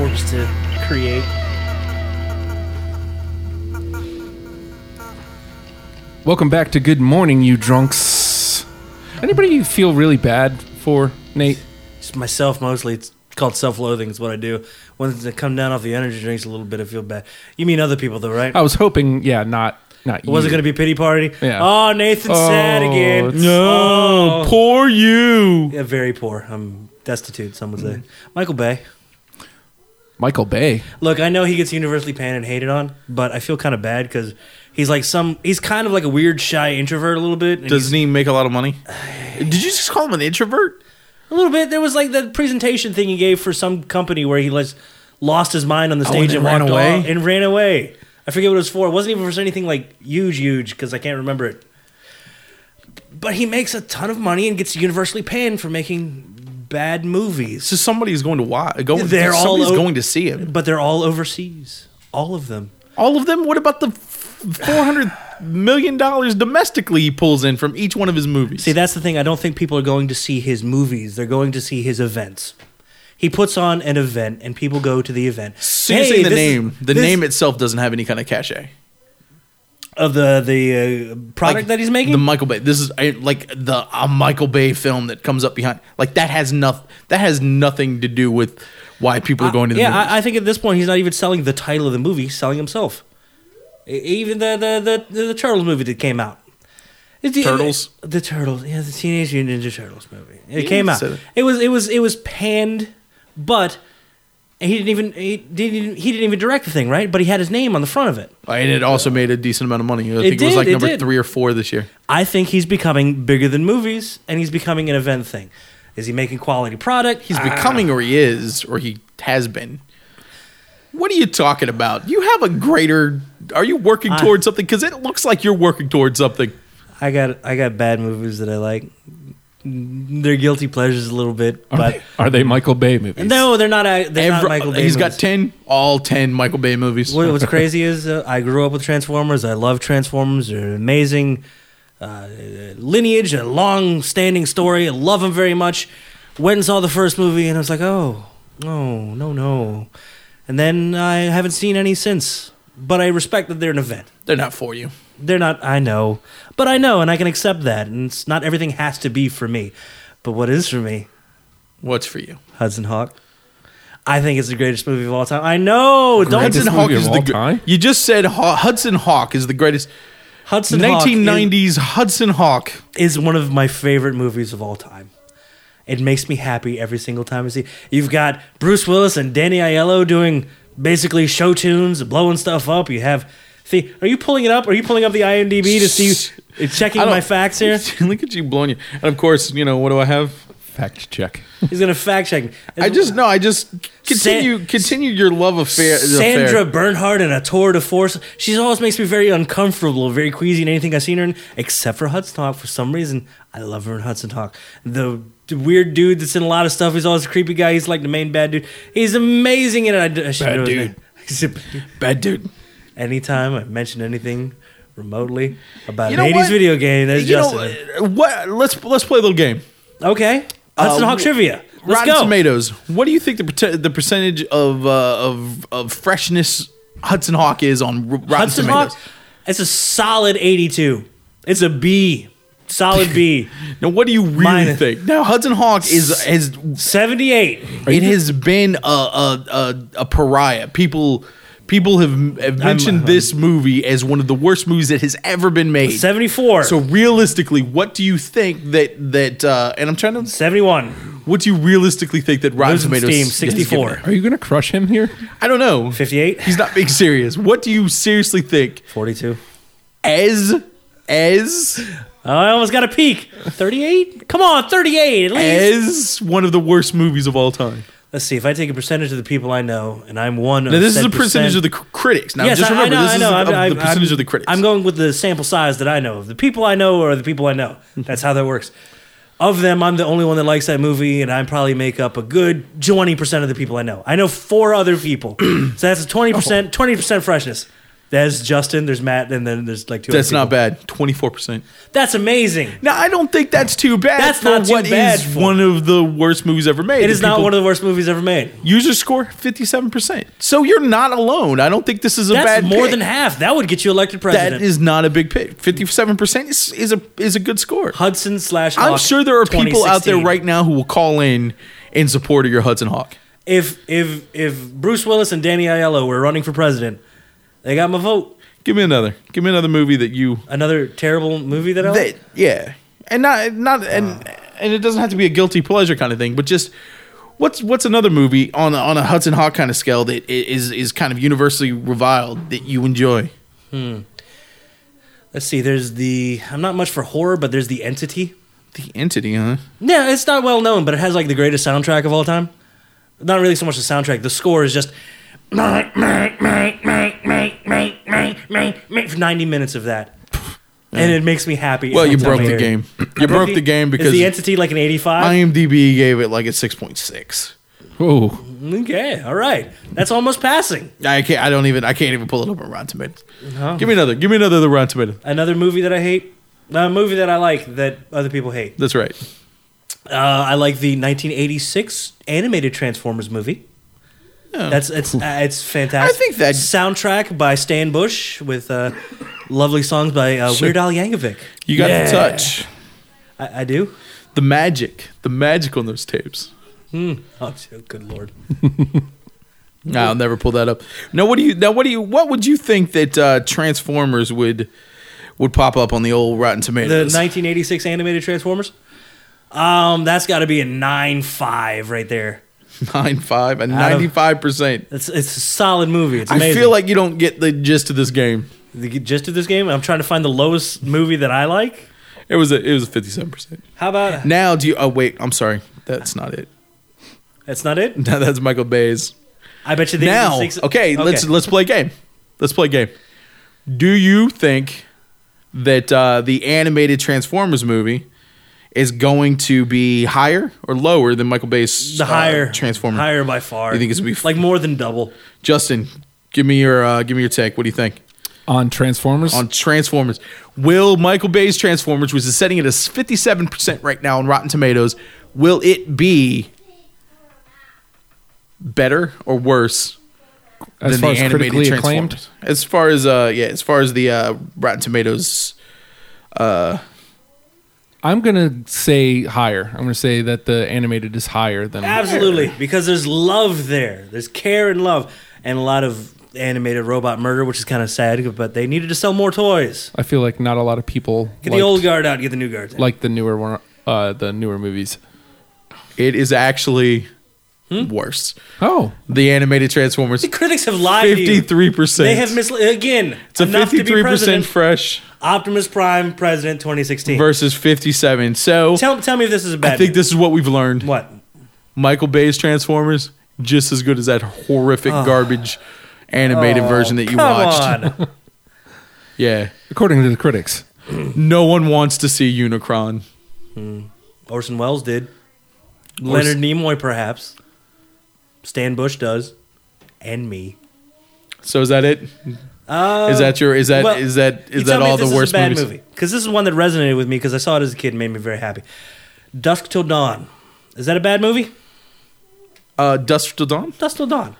Speaker 1: urge to create.
Speaker 3: Welcome back to Good Morning, you drunks. Anybody you feel really bad for, Nate?
Speaker 1: It's myself mostly. It's called self-loathing. Is what I do. Once I come down off the energy drinks a little bit, I feel bad. You mean other people though, right?
Speaker 3: I was hoping, yeah, not not.
Speaker 1: Was it
Speaker 3: Oh, you.
Speaker 1: going to be pity party?
Speaker 3: Yeah.
Speaker 1: Oh, Nathan's sad
Speaker 3: Oh,
Speaker 1: again.
Speaker 3: it's- Oh.
Speaker 2: No, poor you.
Speaker 1: Yeah, very poor. I'm destitute. Some would say. Michael Bay.
Speaker 3: Michael Bay?
Speaker 1: Look, I know he gets universally panned and hated on, but I feel kind of bad because he's like some. He's kind of like a weird, shy introvert a little bit. and
Speaker 2: Doesn't he make a lot
Speaker 1: [SIGHS]
Speaker 2: of money? Did you just call him an introvert?
Speaker 1: A little bit. There was like the presentation thing he gave for some company where he like lost his mind on the stage
Speaker 2: Oh,
Speaker 1: and,
Speaker 2: and ran
Speaker 1: walked
Speaker 2: away?
Speaker 1: off and ran away. I forget what it was for. It wasn't even for anything like huge, huge because I can't remember it. But he makes a ton of money and gets universally panned for making bad movies.
Speaker 2: So somebody is going to watch. Going,
Speaker 1: They're all
Speaker 2: somebody's
Speaker 1: o-
Speaker 2: going to see him.
Speaker 1: But they're all overseas, all of them.
Speaker 2: All of them. What about the four hundred million dollars domestically he pulls in from each one of his movies?
Speaker 1: See, that's the thing. I don't think people are going to see his movies. They're going to see his events. He puts on an event, and people go to the event.
Speaker 2: So you're saying the
Speaker 1: this is-
Speaker 2: name, the
Speaker 1: this-
Speaker 2: name itself doesn't have any kind of cachet.
Speaker 1: of the the uh, product that he's making.
Speaker 2: the Michael Bay. This is I, like the a Michael Bay film that comes up behind. Like that has nothing. That has nothing to do with why people are going to the
Speaker 1: yeah,
Speaker 2: movies.
Speaker 1: I, I think at this point he's not even selling the title of the movie; he's selling himself. E- Even the the the, the Turtles movie that came out. It's the- uh,
Speaker 2: Turtles?
Speaker 1: The, Turtles, yeah, the Teenage Mutant Ninja Turtles movie. It came out.
Speaker 2: said it.
Speaker 1: It was it was it was panned, but he didn't even he didn't even- he didn't even direct the thing, right? But he had his name on the front of it.
Speaker 2: and it also made a decent amount of money. I think it was
Speaker 1: did,
Speaker 2: like
Speaker 1: it
Speaker 2: number
Speaker 1: did.
Speaker 2: three or four this year.
Speaker 1: I think he's becoming bigger than movies, and he's becoming an event thing. Is he making quality product?
Speaker 2: He's
Speaker 1: I-
Speaker 2: becoming, or he is, or he has been. What are you talking about? You have a greater. Are you working
Speaker 1: I-
Speaker 2: towards something? Because it looks like you're working towards something.
Speaker 1: I got I got bad movies that I like. They're guilty pleasures a little bit,
Speaker 3: Are,
Speaker 1: but
Speaker 3: they, are they Michael Bay movies?
Speaker 1: no, they're not. uh, They're not
Speaker 2: Every-
Speaker 1: Michael Bay.
Speaker 2: he's got
Speaker 1: movies.
Speaker 2: ten, all ten Michael Bay movies.
Speaker 1: What- what's crazy is uh, I grew up with Transformers. I love Transformers. They're an amazing uh, lineage, a long-standing story. I love them very much. Went and saw the first movie, and I was like, oh, no, no, no. And then I haven't seen any since. But I respect that they're an event.
Speaker 2: They're not for you.
Speaker 1: they're not i know but i know and i can accept that and it's not everything has to be for me but what is for me
Speaker 2: What's for you?
Speaker 1: hudson hawk i think it's the greatest movie of all time i know don't
Speaker 3: Greatest
Speaker 2: Hudson Hawk
Speaker 3: movie of
Speaker 2: is the.
Speaker 3: all
Speaker 2: gr-
Speaker 3: time?
Speaker 2: You just said Haw- Hudson Hawk is the greatest.
Speaker 1: hudson Hawk is-
Speaker 2: 1990s Hudson Hawk.
Speaker 1: is, one of my favorite movies of all time it makes me happy every single time i see you've got bruce willis and danny aiello doing basically show tunes blowing stuff up you have the, are you pulling it up are you pulling up the imdb to see checking
Speaker 2: I don't-
Speaker 1: my facts here
Speaker 2: [LAUGHS] Look at you blowing you. And of course, you know what do I have?
Speaker 3: Fact check.
Speaker 1: he's gonna fact check me
Speaker 2: I just no. I just continue
Speaker 1: San-
Speaker 2: continue your love affair.
Speaker 1: Sandra
Speaker 2: affair.
Speaker 1: Bernhardt in a tour de force. She always makes me very uncomfortable, very queasy in anything I've seen her in, except for Hudson Hawk. For some reason, I love her in Hudson Hawk. The, the weird dude that's in a lot of stuff. He's always a creepy guy. He's like the main bad dude. He's amazing in it. I d- I, should
Speaker 2: Bad
Speaker 1: know his
Speaker 2: dude.
Speaker 1: name. [LAUGHS] He's a bad dude.
Speaker 2: bad dude.
Speaker 1: Anytime I mention anything remotely about
Speaker 2: You
Speaker 1: an
Speaker 2: know
Speaker 1: 80s
Speaker 2: what?
Speaker 1: video game, there's
Speaker 2: You know
Speaker 1: Justin.
Speaker 2: uh, what? Let's let's play a little game.
Speaker 1: okay. Hudson
Speaker 2: Uh,
Speaker 1: Hawk
Speaker 2: w-
Speaker 1: trivia. Let's
Speaker 2: Rotten
Speaker 1: go.
Speaker 2: Tomatoes. What do you think the perce- the percentage of uh, of of freshness Hudson Hawk is on R- Rotten
Speaker 1: Hudson
Speaker 2: Tomatoes?
Speaker 1: Hawk, it's a solid 82. It's a B.
Speaker 2: [LAUGHS]
Speaker 1: Solid B.
Speaker 2: Now, what do you really
Speaker 1: Minus-
Speaker 2: think? Now, Hudson Hawk is has
Speaker 1: 78.
Speaker 2: it has been a a, a a pariah. People people have, have mentioned this movie as one of the worst movies that has ever been made.
Speaker 1: 74.
Speaker 2: So realistically, what do you think that that? Uh, and I'm trying to.
Speaker 1: 71.
Speaker 2: What do you realistically think that Rotten
Speaker 1: Losing
Speaker 2: Tomatoes
Speaker 1: steam.
Speaker 2: is giving
Speaker 1: 64.
Speaker 2: it?
Speaker 3: Are you going to crush him here?
Speaker 2: I don't know.
Speaker 1: 58.
Speaker 2: He's not being serious. What do you seriously think?
Speaker 1: 42.
Speaker 2: As as
Speaker 1: Oh, I almost got a peak. 38? Come on, 38 at least.
Speaker 2: as one of the worst movies of all time.
Speaker 1: Let's see. If I take a percentage of the people I know, and I'm one of
Speaker 2: Now this is
Speaker 1: said
Speaker 2: a percentage
Speaker 1: percent-
Speaker 2: of the cr- critics. Now
Speaker 1: Yes,
Speaker 2: just
Speaker 1: I-
Speaker 2: remember
Speaker 1: I know,
Speaker 2: this
Speaker 1: I
Speaker 2: is
Speaker 1: know.
Speaker 2: of
Speaker 1: I'm, I'm-
Speaker 2: the percentage
Speaker 1: I'm-
Speaker 2: of the critics.
Speaker 1: I'm going with the sample size that I know. The people I know are the people I know.
Speaker 2: Hmm.
Speaker 1: That's how that works. Of them, I'm the only one that likes that movie, and I probably make up a good
Speaker 2: [CLEARS THROAT]
Speaker 1: 20% of the people I know. I know four other people. so that's a 20%, 20% freshness. There's Justin, there's Matt, and then there's like two.
Speaker 2: That's
Speaker 1: other
Speaker 2: not
Speaker 1: people.
Speaker 2: bad. Twenty four percent.
Speaker 1: That's amazing.
Speaker 2: Now I don't think that's too bad.
Speaker 1: That's
Speaker 2: for
Speaker 1: not too
Speaker 2: what is
Speaker 1: bad for-
Speaker 2: one of the worst movies ever made.
Speaker 1: It is not one of the worst movies ever made.
Speaker 2: user score fifty seven percent. So you're not alone. I don't think this is a
Speaker 1: That's
Speaker 2: bad.
Speaker 1: more
Speaker 2: pick.
Speaker 1: than half. That would get you elected
Speaker 2: That
Speaker 1: president.
Speaker 2: is not a big pick. Fifty seven percent is is a is a good score.
Speaker 1: Hudson slash.
Speaker 2: I'm
Speaker 1: Hawk,
Speaker 2: sure there are people out there
Speaker 1: 2016.
Speaker 2: right now who will call in in support of your Hudson Hawk.
Speaker 1: If if if Bruce Willis and Danny Aiello were running for president, they got my vote.
Speaker 2: Give me another. Give me another movie that you
Speaker 1: Another terrible movie that I
Speaker 2: that
Speaker 1: like.
Speaker 2: yeah, and not not and Uh. and it doesn't have to be a guilty pleasure kind of thing, but just what's what's another movie on a- on a Hudson Hawk kind of scale that i- is is kind of universally reviled that you enjoy.
Speaker 1: Let's see. There's the. I'm not much for horror, but there's the Entity.
Speaker 2: The Entity, huh?
Speaker 1: Yeah, it's not well known, but it has like the greatest soundtrack of all time. Not really so much the soundtrack. The score is just for 90 minutes of that. And it makes me happy.
Speaker 2: Well,
Speaker 1: every
Speaker 2: you
Speaker 1: time
Speaker 2: broke
Speaker 1: I
Speaker 2: the
Speaker 1: hear it.
Speaker 2: [CLEARS THROAT] game. You
Speaker 1: I
Speaker 2: broke, the, game because
Speaker 1: is the entity like an 85?
Speaker 2: IMDb gave it like a six point six.
Speaker 3: Whoa.
Speaker 1: Okay, all right. That's almost passing.
Speaker 2: I can't. I don't even. I can't even pull it up on Rotten Tomatoes. Give me another. Give me another. The Rotten Tomatoes.
Speaker 1: Another movie that I hate. A movie that I like that other people hate.
Speaker 2: That's right.
Speaker 1: Uh, I like the 1986 animated Transformers movie. That's it's uh, it's fantastic.
Speaker 2: I think that-
Speaker 1: soundtrack by Stan Bush with uh, lovely songs by uh, Weird Al Yankovic.
Speaker 2: You got
Speaker 1: Yeah.
Speaker 2: the touch.
Speaker 1: I, I do.
Speaker 2: The magic. The magic on those tapes.
Speaker 1: Oh, good lord!
Speaker 2: Nah, I'll never pull that up. Now, what do you? Now, what do you? What would you think that uh, Transformers would would pop up on the old Rotten
Speaker 1: The
Speaker 2: Tomatoes?
Speaker 1: 1986 animated Transformers. Um, that's got to be a nine five right there.
Speaker 2: [LAUGHS] nine five and ninety five percent.
Speaker 1: It's it's a solid movie. It's
Speaker 2: I
Speaker 1: amazing.
Speaker 2: feel like you don't get the gist of this game.
Speaker 1: the gist of this game. I'm trying to find the lowest movie that I like.
Speaker 2: It was a it was fifty seven percent.
Speaker 1: How about
Speaker 2: Now, do you? Oh wait, I'm sorry. That's not it. [LAUGHS]
Speaker 1: that's not it?
Speaker 2: No, that's Michael Bay's.
Speaker 1: I bet you the
Speaker 2: now,
Speaker 1: 86
Speaker 2: okay, let's let's play a game. Let's play a game. Do you think that uh, the animated Transformers movie is going to be higher or lower than Michael Bay's
Speaker 1: the
Speaker 2: uh,
Speaker 1: higher
Speaker 2: Transformer?
Speaker 1: higher by far.
Speaker 2: You think it's gonna be-
Speaker 1: like more than double?
Speaker 2: Justin, give me your uh, give me your take. What do you think
Speaker 3: On Transformers?
Speaker 2: on Transformers? Will Michael Bay's Transformers, which is setting it as fifty seven percent right now on Rotten Tomatoes, will it be better or worse
Speaker 3: as
Speaker 2: than
Speaker 3: far
Speaker 2: the
Speaker 3: as
Speaker 2: animated
Speaker 3: critically
Speaker 2: Transformers.
Speaker 3: acclaimed?
Speaker 2: As far as uh, yeah, as far as the uh, Rotten Tomatoes,
Speaker 3: I'm going to say higher. I'm going to say that the animated is higher than.
Speaker 1: Absolutely, because there's love there. There's care and love, and a lot of animated robot murder, which is kind of sad. But they needed to sell more toys.
Speaker 3: I feel like not a lot of people
Speaker 1: Get
Speaker 3: liked-
Speaker 1: the old guard out. Get the new guard. in.
Speaker 3: like the newer one, uh, the newer movies.
Speaker 2: it is actually
Speaker 1: Hmm?
Speaker 2: worse.
Speaker 3: Oh,
Speaker 2: The animated Transformers,
Speaker 1: the critics have lied. to you.
Speaker 2: fifty three percent.
Speaker 1: They have misled again.
Speaker 2: It's a
Speaker 1: enough to
Speaker 2: fifty
Speaker 1: be
Speaker 2: three percent
Speaker 1: president,
Speaker 2: fresh
Speaker 1: Optimus Prime president 2016.
Speaker 2: versus fifty seven. So
Speaker 1: tell, tell me if this is a bad.
Speaker 2: I think this is what we've learned.
Speaker 1: what
Speaker 2: Michael Bay's Transformers just as good as that horrific garbage animated version that
Speaker 1: Oh,
Speaker 2: you
Speaker 1: come
Speaker 2: watched. [LAUGHS]
Speaker 1: on.
Speaker 2: Yeah,
Speaker 3: according to the critics,
Speaker 2: no one wants to see Unicron.
Speaker 1: Orson Welles did. Leonard Nimoy, perhaps. Stan Bush does, and me.
Speaker 2: So is that it? Is that your? Is that is
Speaker 1: Uh, well,
Speaker 2: that
Speaker 1: you
Speaker 2: is
Speaker 1: tell
Speaker 2: that
Speaker 1: me
Speaker 2: all
Speaker 1: if this
Speaker 2: the
Speaker 1: is a
Speaker 2: worst
Speaker 1: bad
Speaker 2: movies?
Speaker 1: movie because this is one that resonated with me because I saw it as a kid and made me very happy. Dusk Till Dawn. Is that a bad movie?
Speaker 2: Uh, Dusk Till Dawn.
Speaker 1: Dusk Till Dawn.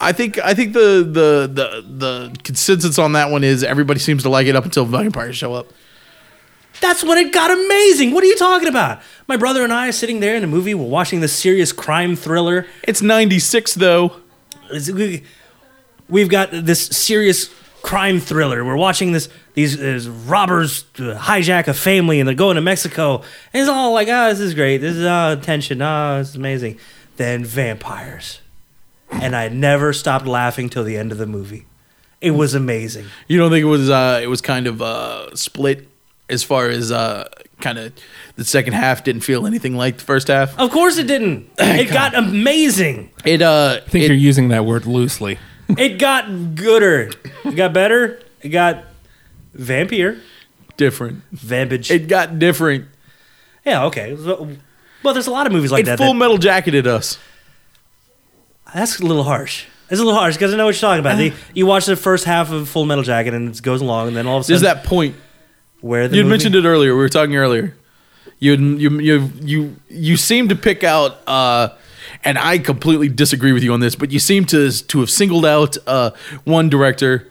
Speaker 2: I think I think the the the the consensus on that one is everybody seems to like it up until vampires show up.
Speaker 1: That's when it got amazing. What are you talking about? My brother and I are sitting there in a movie. We're watching this serious crime thriller.
Speaker 2: It's ninety six though.
Speaker 1: It's- we- We've got this serious crime thriller. We're watching this these, these robbers hijack a family and they're going to Mexico. And it's all like, oh, this is great. This is uh, tension. Oh, this is amazing. Then vampires. And I never stopped laughing till the end of the movie. It was amazing.
Speaker 2: You don't think it was uh it was kind of uh split as far as uh kind of the second half didn't feel anything like the first half.
Speaker 1: Of course it didn't.
Speaker 2: [COUGHS]
Speaker 1: It got amazing.
Speaker 2: It uh
Speaker 3: I think
Speaker 2: it-
Speaker 3: you're using that word loosely.
Speaker 1: It got gooder. It got better. It got vampire.
Speaker 2: different.
Speaker 1: Vampage.
Speaker 2: It got different.
Speaker 1: yeah, okay. So- Well, there's a lot of movies like
Speaker 2: It
Speaker 1: that.
Speaker 2: full
Speaker 1: that-
Speaker 2: metal jacketed us.
Speaker 1: That's a little harsh. It's a little harsh because I know what you're talking about. The- you watch the first half of Full Metal Jacket and it goes along, and then all of a sudden,
Speaker 2: There's that point
Speaker 1: where the
Speaker 2: you had
Speaker 1: movie-
Speaker 2: mentioned it earlier. We were talking earlier. You had, you you you you seem to pick out, uh, and I completely disagree with you on this, but you seem to to have singled out uh, one director,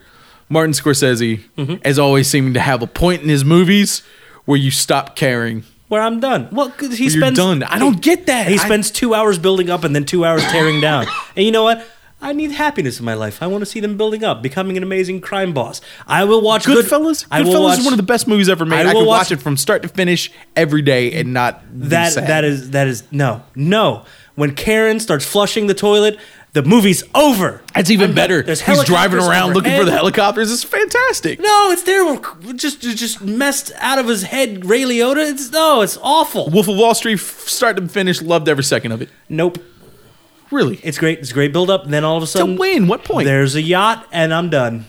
Speaker 2: Martin Scorsese, as always seeming to have a point in his movies where you stop caring.
Speaker 1: where I'm done. Well, 'cause he
Speaker 2: You're
Speaker 1: spends
Speaker 2: done. I don't get that.
Speaker 1: He
Speaker 2: I-
Speaker 1: spends two hours building up and then two hours tearing [LAUGHS] down. And you know what? I need happiness in my life. I want to see them building up, becoming an amazing crime boss. I will watch Good-
Speaker 2: Goodfellas.
Speaker 1: I will
Speaker 2: Goodfellas
Speaker 1: watch
Speaker 2: is one of the best movies ever made.
Speaker 1: I
Speaker 2: I,
Speaker 1: will
Speaker 2: could watch,
Speaker 1: watch-
Speaker 2: it from start to finish every day and not be
Speaker 1: that
Speaker 2: sad.
Speaker 1: that is that is no no. When Karen starts flushing the toilet, the movie's over.
Speaker 2: That's even better.
Speaker 1: there's
Speaker 2: He's driving
Speaker 1: helicopters
Speaker 2: around looking for
Speaker 1: overhead.
Speaker 2: the helicopters. It's fantastic.
Speaker 1: No, it's terrible. Just it's just messed out of his head. Ray Liotta. It's no, it's awful.
Speaker 2: Wolf of Wall Street, f- start to finish, loved every second of it.
Speaker 1: Nope.
Speaker 2: Really.
Speaker 1: It's great. It's a great build up. And then all of a sudden,
Speaker 2: win. What point?
Speaker 1: There's a yacht, and I'm done.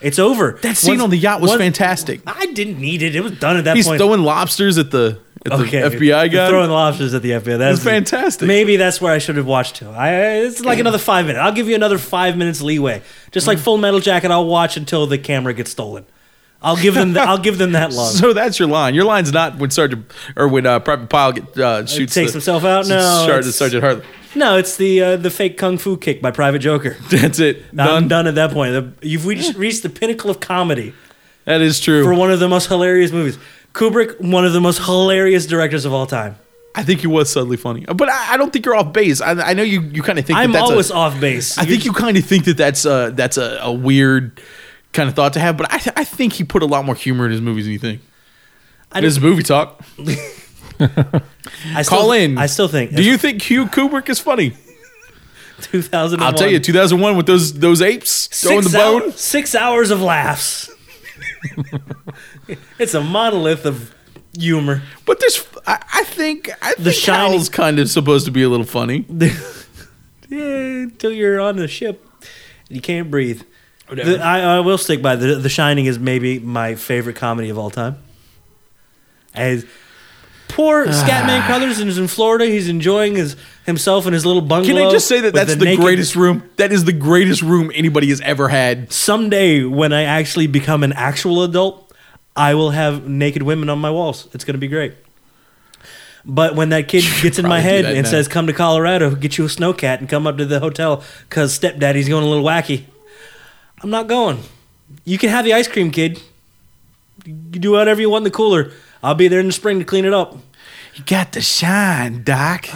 Speaker 1: It's over.
Speaker 2: That scene on the yacht was fantastic.
Speaker 1: I didn't need it. It was done at that
Speaker 2: He's
Speaker 1: point.
Speaker 2: throwing lobsters at the, at
Speaker 1: okay,
Speaker 2: the FBI guy.
Speaker 1: throwing lobsters at the FBI. That's
Speaker 2: It's fantastic.
Speaker 1: Maybe that's where I should have watched too. I it's like another five minutes. I'll give you another five minutes leeway. Just
Speaker 2: Mm.
Speaker 1: like Full Metal Jacket, I'll watch until the camera gets stolen. I'll give them. The, I'll give them that love.
Speaker 2: [LAUGHS] [LAUGHS] so that's your line. Your line's not when Sergeant or when uh, Private Pyle get, uh, shoots
Speaker 1: takes
Speaker 2: the-
Speaker 1: himself out? No,
Speaker 2: Sergeant,
Speaker 1: it's-
Speaker 2: Sergeant Hartley.
Speaker 1: no, it's the uh, the fake kung fu kick by Private Joker.
Speaker 2: [LAUGHS] That's it.
Speaker 1: I'm
Speaker 2: [LAUGHS] Done.
Speaker 1: done at that point. The- You've reached, reached the pinnacle of comedy.
Speaker 2: That is true.
Speaker 1: for one of the most hilarious movies. Kubrick, one of the most hilarious directors of all time.
Speaker 2: I think he was subtly funny, Uh, but I, I don't think you're off base. I, I know you. You kind of think
Speaker 1: I'm
Speaker 2: that that's
Speaker 1: always
Speaker 2: a,
Speaker 1: off base.
Speaker 2: I think you kind of think that that's a, that's a, a weird kind of thought to have, but I, I think he put a lot more humor in his movies than you think.
Speaker 1: I
Speaker 2: This is movie talk.
Speaker 1: I still,
Speaker 2: Call in.
Speaker 1: I still think.
Speaker 2: Do you think Hugh Kubrick is funny?
Speaker 1: 2001?
Speaker 2: I'll tell you, 2001 with those those apes throwing the
Speaker 1: hou-
Speaker 2: bone.
Speaker 1: Six hours of laughs. [LAUGHS] it's a monolith of humor.
Speaker 2: But there's, I, I think, I think
Speaker 1: Shining-
Speaker 2: Howl's kind of supposed to be a little funny.
Speaker 1: yeah, until you're on the ship, you can't breathe. The- I, I will stick by the The Shining is maybe my favorite comedy of all time. As
Speaker 2: [SIGHS]
Speaker 1: poor Scatman Crothers is in Florida, he's enjoying his himself in his little bungalow.
Speaker 2: Can I just say that
Speaker 1: with
Speaker 2: that's the,
Speaker 1: naked-
Speaker 2: greatest room? That is the greatest room anybody has ever had.
Speaker 1: Someday, when I actually become an actual adult, I will have naked women on my walls. It's going to be great. But when that
Speaker 2: [LAUGHS]
Speaker 1: kid gets in my
Speaker 2: probably
Speaker 1: head
Speaker 2: do that
Speaker 1: and
Speaker 2: now.
Speaker 1: says, "Come to Colorado, get you a snow cat, and come up to the hotel because stepdaddy's going a little wacky," I'm not going. You can have the ice cream, kid. You do whatever you want in the cooler. I'll be there in the spring to clean it up.
Speaker 2: You got to shine, Doc.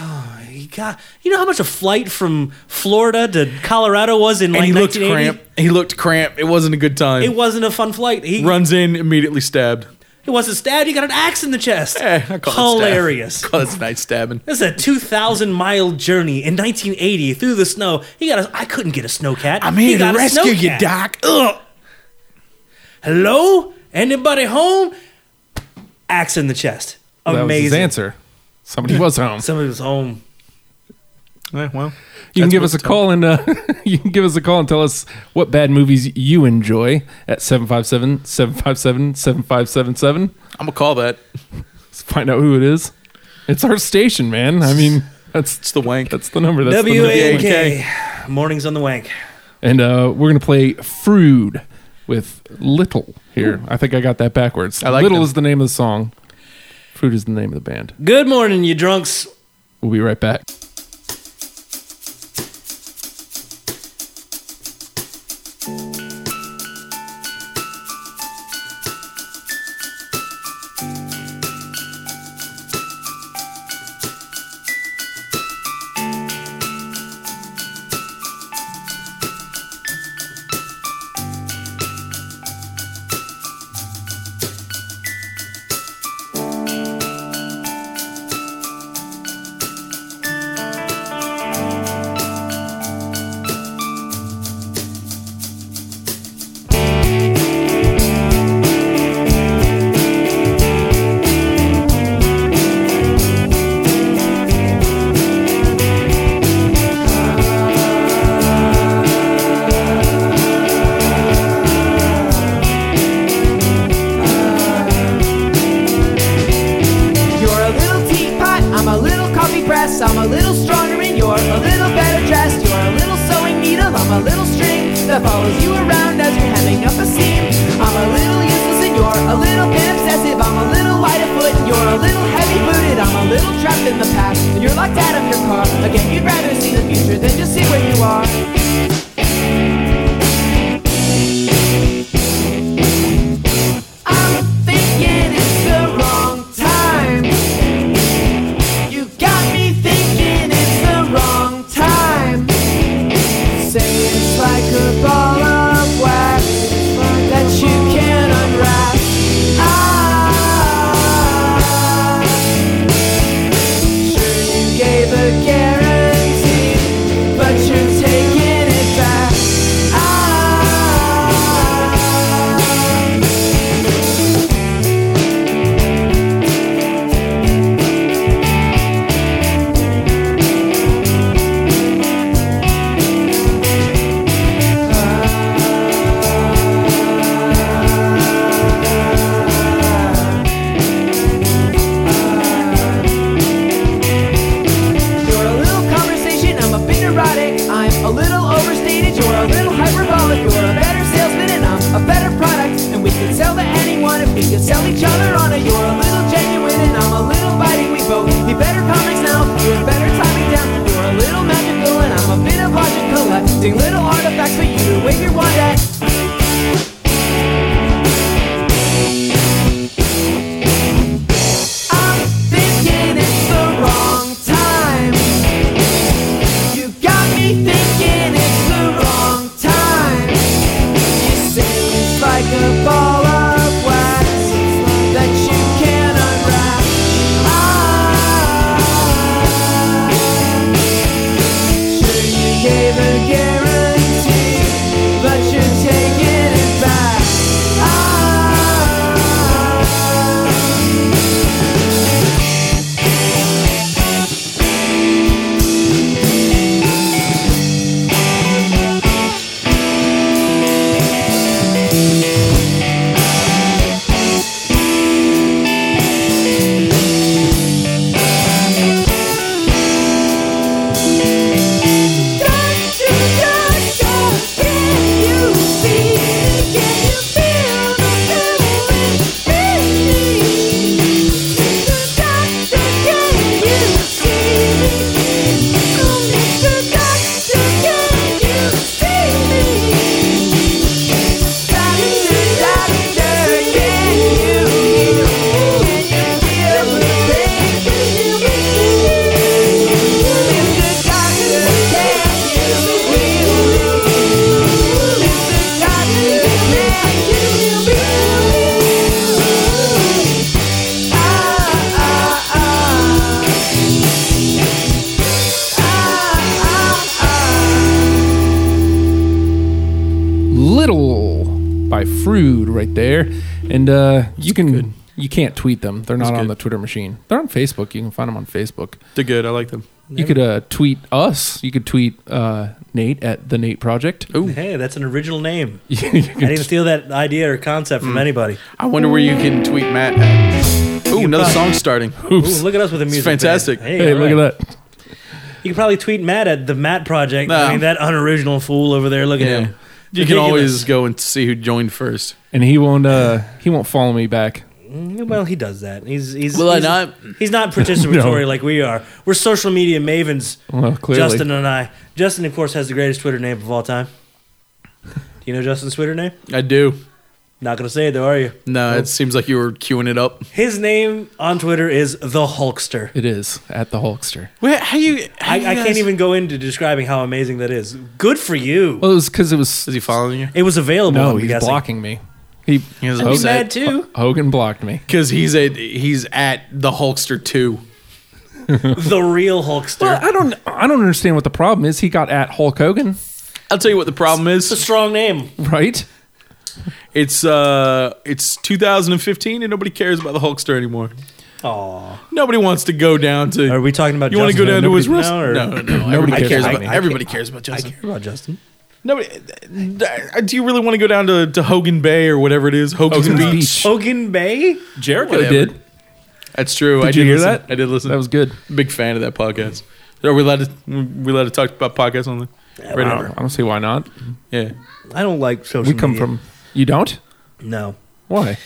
Speaker 1: You got, you know how much a flight from Florida to Colorado was in
Speaker 2: and
Speaker 1: like
Speaker 2: he looked
Speaker 1: 1980.
Speaker 2: cramped. He looked cramped. It wasn't a good time.
Speaker 1: It wasn't a fun flight. He
Speaker 2: Runs in, immediately stabbed.
Speaker 1: He wasn't stabbed. He got an axe in the chest.
Speaker 2: Eh, I call it stab.
Speaker 1: Hilarious.
Speaker 2: [LAUGHS] I call it night stabbing.
Speaker 1: This is a 2,000 mile journey in 1980 through the snow. He got a, I couldn't get a snowcat.
Speaker 2: I'm
Speaker 1: He
Speaker 2: here to
Speaker 1: got a
Speaker 2: rescue you,
Speaker 1: snowcat.
Speaker 2: Doc. Ugh.
Speaker 1: Hello? Anybody home? Axe in the chest.
Speaker 3: That was his
Speaker 1: Amazing.
Speaker 3: answer. Somebody was home.
Speaker 1: Somebody was home.
Speaker 2: Eh, well,
Speaker 3: you can
Speaker 2: that's
Speaker 3: give
Speaker 2: what
Speaker 3: us a
Speaker 2: it's all-
Speaker 3: call and uh, [LAUGHS] you can give us a call and tell us what bad movies you enjoy at 757-757-7577.
Speaker 2: I'm gonna call that.
Speaker 3: Let's find out who it is. It's our station, man. I mean, that's
Speaker 2: It's the wank.
Speaker 3: that's the number. That's the number.
Speaker 1: W-A-K. Mornings on the wank.
Speaker 3: And uh, we're gonna play Frood with Little here. I think I got that backwards.
Speaker 2: I like
Speaker 3: Little
Speaker 2: them.
Speaker 3: is the name of the song. Fruit is the name of the band.
Speaker 1: Good morning, you drunks.
Speaker 3: We'll be right back.
Speaker 5: You're a little teapot, I'm a little coffee press, I'm a little stronger and you're a little better dressed, you're a little sewing needle, I'm a little that follows you around as you're hemming up a seam. I'm a little useless and you're a little bit obsessive. I'm a little light of foot and you're a little heavy booted. I'm a little trapped in the past and you're locked out of your car. Again, you'd rather see the future than just see where you are. I'm thinking it's the wrong time. You got me thinking it's the wrong time. Say it's like a ball of wax that you can't unwrap. Ah, sure you gave a guarantee, but you're taking it back. Ah. You're a little conversation, I'm a bit neurotic. I'm a little overstated, you're a little hyperbolic. You're a better salesman, and I'm a better product. And we could sell to anyone if we could sell each other on it. You're a little genuine, and I'm a little biting. We both need better comics now, you're better timing down. You're a little magical, and I'm a bit of logic collecting little artifacts for you to wave your wand at. I'm thinking it's the wrong time. You got me thinking it's the wrong time. You say it's like a ball of wax that you can't unwrap. Ah, sure you gave a guarantee, but you're taking it back. Ah. Ah,
Speaker 3: Little by Frood right there. And uh, you can you can't tweet them. They're not
Speaker 2: That's
Speaker 3: on
Speaker 2: good.
Speaker 3: the Twitter machine. They're on Facebook. You can find them on Facebook.
Speaker 2: They're good. I like them.
Speaker 3: You could uh, tweet us. You could tweet uh, Nate at the Nate Project.
Speaker 2: Oh.
Speaker 3: [LAUGHS]
Speaker 1: Hey, that's an original
Speaker 2: [LAUGHS]
Speaker 1: name.
Speaker 3: You
Speaker 1: I
Speaker 3: could-
Speaker 1: didn't steal that idea or concept
Speaker 2: Mm.
Speaker 1: from anybody.
Speaker 2: I wonder where you can tweet Matt. At. Ooh, another
Speaker 1: probably-
Speaker 2: song starting.
Speaker 1: Ooh,
Speaker 3: oops.
Speaker 1: look at us with the music. band.
Speaker 2: fantastic.
Speaker 3: hey,
Speaker 1: all
Speaker 3: look
Speaker 1: right.
Speaker 3: at that.
Speaker 1: You can probably tweet Matt at the Matt Project.
Speaker 2: No.
Speaker 1: I mean, that unoriginal fool over there. Look at
Speaker 2: Yeah.
Speaker 1: him.
Speaker 2: You can
Speaker 1: Ridiculous.
Speaker 2: always go and see who joined first.
Speaker 3: And he won't uh, he won't follow me back.
Speaker 1: Well, he does that. He's he's.
Speaker 2: Will I
Speaker 1: he's-
Speaker 2: not?
Speaker 1: He's not participatory like we are. We're social media mavens.
Speaker 3: Well, clearly.
Speaker 1: Justin and I. Justin, of course, has the greatest Twitter name of all time. Do you know Justin's Twitter name?
Speaker 2: I do.
Speaker 1: Not gonna say it though, are you?
Speaker 2: No, it seems like you were queuing it up.
Speaker 1: His name on Twitter is the Hulkster.
Speaker 3: It is at the Hulkster.
Speaker 2: Wait, how you? How
Speaker 1: I,
Speaker 2: you
Speaker 1: I can't
Speaker 2: guys-
Speaker 1: even go into describing how amazing that is. Good for you.
Speaker 3: Well, it was because it was
Speaker 2: Is he following you?
Speaker 1: it was available.
Speaker 3: no.
Speaker 1: I'm
Speaker 3: He's
Speaker 1: guessing.
Speaker 3: blocking me. He
Speaker 2: He's
Speaker 1: I'd be
Speaker 2: upset.
Speaker 1: mad too.
Speaker 3: Hogan blocked me.
Speaker 2: Because he's a he's at the Hulkster two.
Speaker 1: the real Hulkster.
Speaker 3: Well, I don't I don't understand what the problem is. He got at Hulk Hogan,
Speaker 2: I'll tell you what the problem
Speaker 1: it's a
Speaker 2: is.
Speaker 1: strong name.
Speaker 3: right?
Speaker 2: It's uh it's 2015 and nobody cares about the Hulkster anymore.
Speaker 1: Aww.
Speaker 2: Nobody wants to go down to.
Speaker 1: Are we talking about
Speaker 2: you want to go
Speaker 1: Justin
Speaker 2: down to his
Speaker 1: Nobody's-
Speaker 2: wrist?
Speaker 1: now,
Speaker 2: No,
Speaker 1: or-
Speaker 2: no, no.
Speaker 3: Nobody
Speaker 2: Everybody
Speaker 3: cares
Speaker 2: cares
Speaker 3: about
Speaker 2: about
Speaker 3: me.
Speaker 2: everybody cares about Justin.
Speaker 1: care about Justin.
Speaker 2: Nobody. uh, Do you really want to go down to, to Hogan Bay or whatever it is? Hogan, Beach.
Speaker 1: Hogan Bay?
Speaker 2: Jericho
Speaker 3: I did.
Speaker 2: That's true. I
Speaker 3: Did you hear
Speaker 2: listen.
Speaker 3: that?
Speaker 2: I did listen.
Speaker 3: That was good.
Speaker 2: big fan of that podcast. Are we allowed to we allowed to talk about podcasts on the?
Speaker 1: whatever.
Speaker 3: I don't see why not.
Speaker 2: Yeah.
Speaker 1: I don't like social.
Speaker 3: We come
Speaker 1: media.
Speaker 3: from. You don't?
Speaker 1: no,
Speaker 3: Why?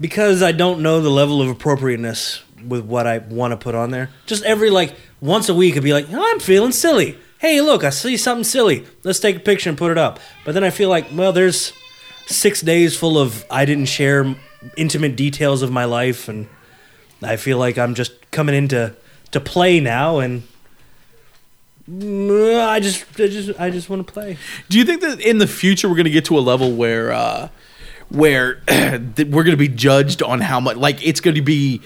Speaker 1: because I don't know the level of appropriateness with what I want to put on there. Just every like once a week, I'd be like, "Oh, I'm feeling silly. Hey, look, I see something silly. Let's take a picture and put it up. But then I feel like, well, there's six days full of I didn't share intimate details of my life, and I feel like I'm just coming into to play now, and mm, I just, I just, I just want to play.
Speaker 2: Do you think that in the future we're going to get to a level where uh, where [CLEARS THROAT] that we're going to be judged on how much like it's going to be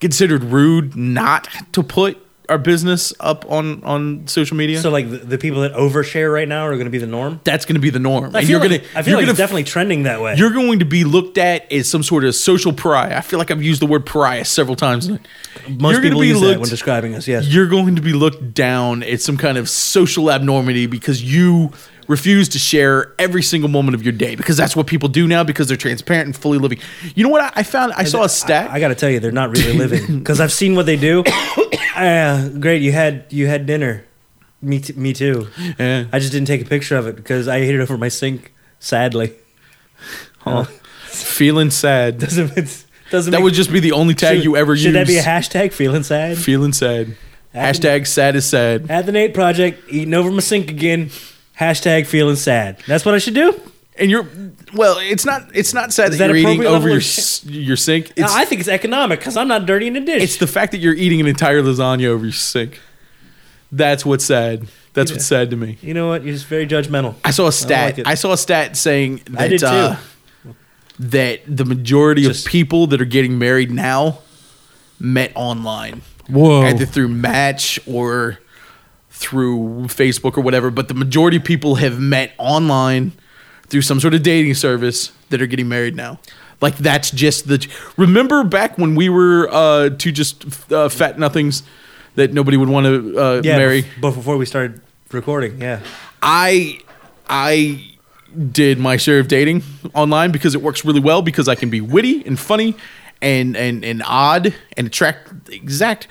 Speaker 2: considered rude not to put our business up on on social media?
Speaker 1: So like the, the people that overshare right now are going to be the norm.
Speaker 2: that's going to be the norm.
Speaker 1: I feel
Speaker 2: and you're
Speaker 1: like,
Speaker 2: going to
Speaker 1: I feel like it's definitely trending that way.
Speaker 2: you're going to be looked at as some sort of social pariah. I feel like I've used the word pariah several times.
Speaker 1: Most
Speaker 2: you're gonna
Speaker 1: people
Speaker 2: be
Speaker 1: use that
Speaker 2: looked-
Speaker 1: when describing us. Yes.
Speaker 2: You're going to be looked down at some kind of social abnormity because you refuse to share every single moment of your day because that's what people do now because they're transparent and fully living. You know what I, I found? I saw a stat.
Speaker 1: I, I got to tell you, they're not really
Speaker 2: [LAUGHS]
Speaker 1: living because I've seen what they
Speaker 2: [COUGHS]
Speaker 1: do. Ah, great, you had you had dinner. Me, t- me too.
Speaker 2: Yeah.
Speaker 1: I just didn't take a picture of it because I ate it over my sink. Sadly, [LAUGHS]
Speaker 2: feeling sad.
Speaker 1: doesn't it's, doesn't
Speaker 2: That
Speaker 1: make-
Speaker 2: would just be the only tag
Speaker 1: should-
Speaker 2: you ever use.
Speaker 1: Should that be a hashtag? Feeling sad.
Speaker 2: feeling sad.
Speaker 1: At-
Speaker 2: Hashtag sad is sad.
Speaker 1: At the Nate Project, eating over my sink again. Hashtag feeling sad. That's what I should do.
Speaker 2: And you're well. It's not. It's not sad
Speaker 1: Is that
Speaker 2: that, you're eating
Speaker 1: appropriate
Speaker 2: over
Speaker 1: level
Speaker 2: your
Speaker 1: of sh-
Speaker 2: s- your sink. It's,
Speaker 1: I think it's economic because I'm not dirtying the dish.
Speaker 2: It's the fact that you're eating an entire lasagna over your sink. That's what's sad. That's what's sad to me.
Speaker 1: you know what? You're just very judgmental.
Speaker 2: I saw a stat.
Speaker 1: like it.
Speaker 2: I, saw a stat saying that
Speaker 1: I did too.
Speaker 2: Uh, that the majority
Speaker 1: Just-
Speaker 2: of people that are getting married now met online,
Speaker 3: Whoa.
Speaker 2: either through Match or through Facebook or whatever. But the majority of people have met online through some sort of dating service that are getting married now. Like that's just the. Remember back when we were uh, two just uh, fat nothings that nobody would want to uh,
Speaker 1: yeah,
Speaker 2: marry.
Speaker 1: bef- But before we started recording, yeah.
Speaker 2: I I did my share of dating online because it works really well because I can be witty and funny and and and odd and attract the exact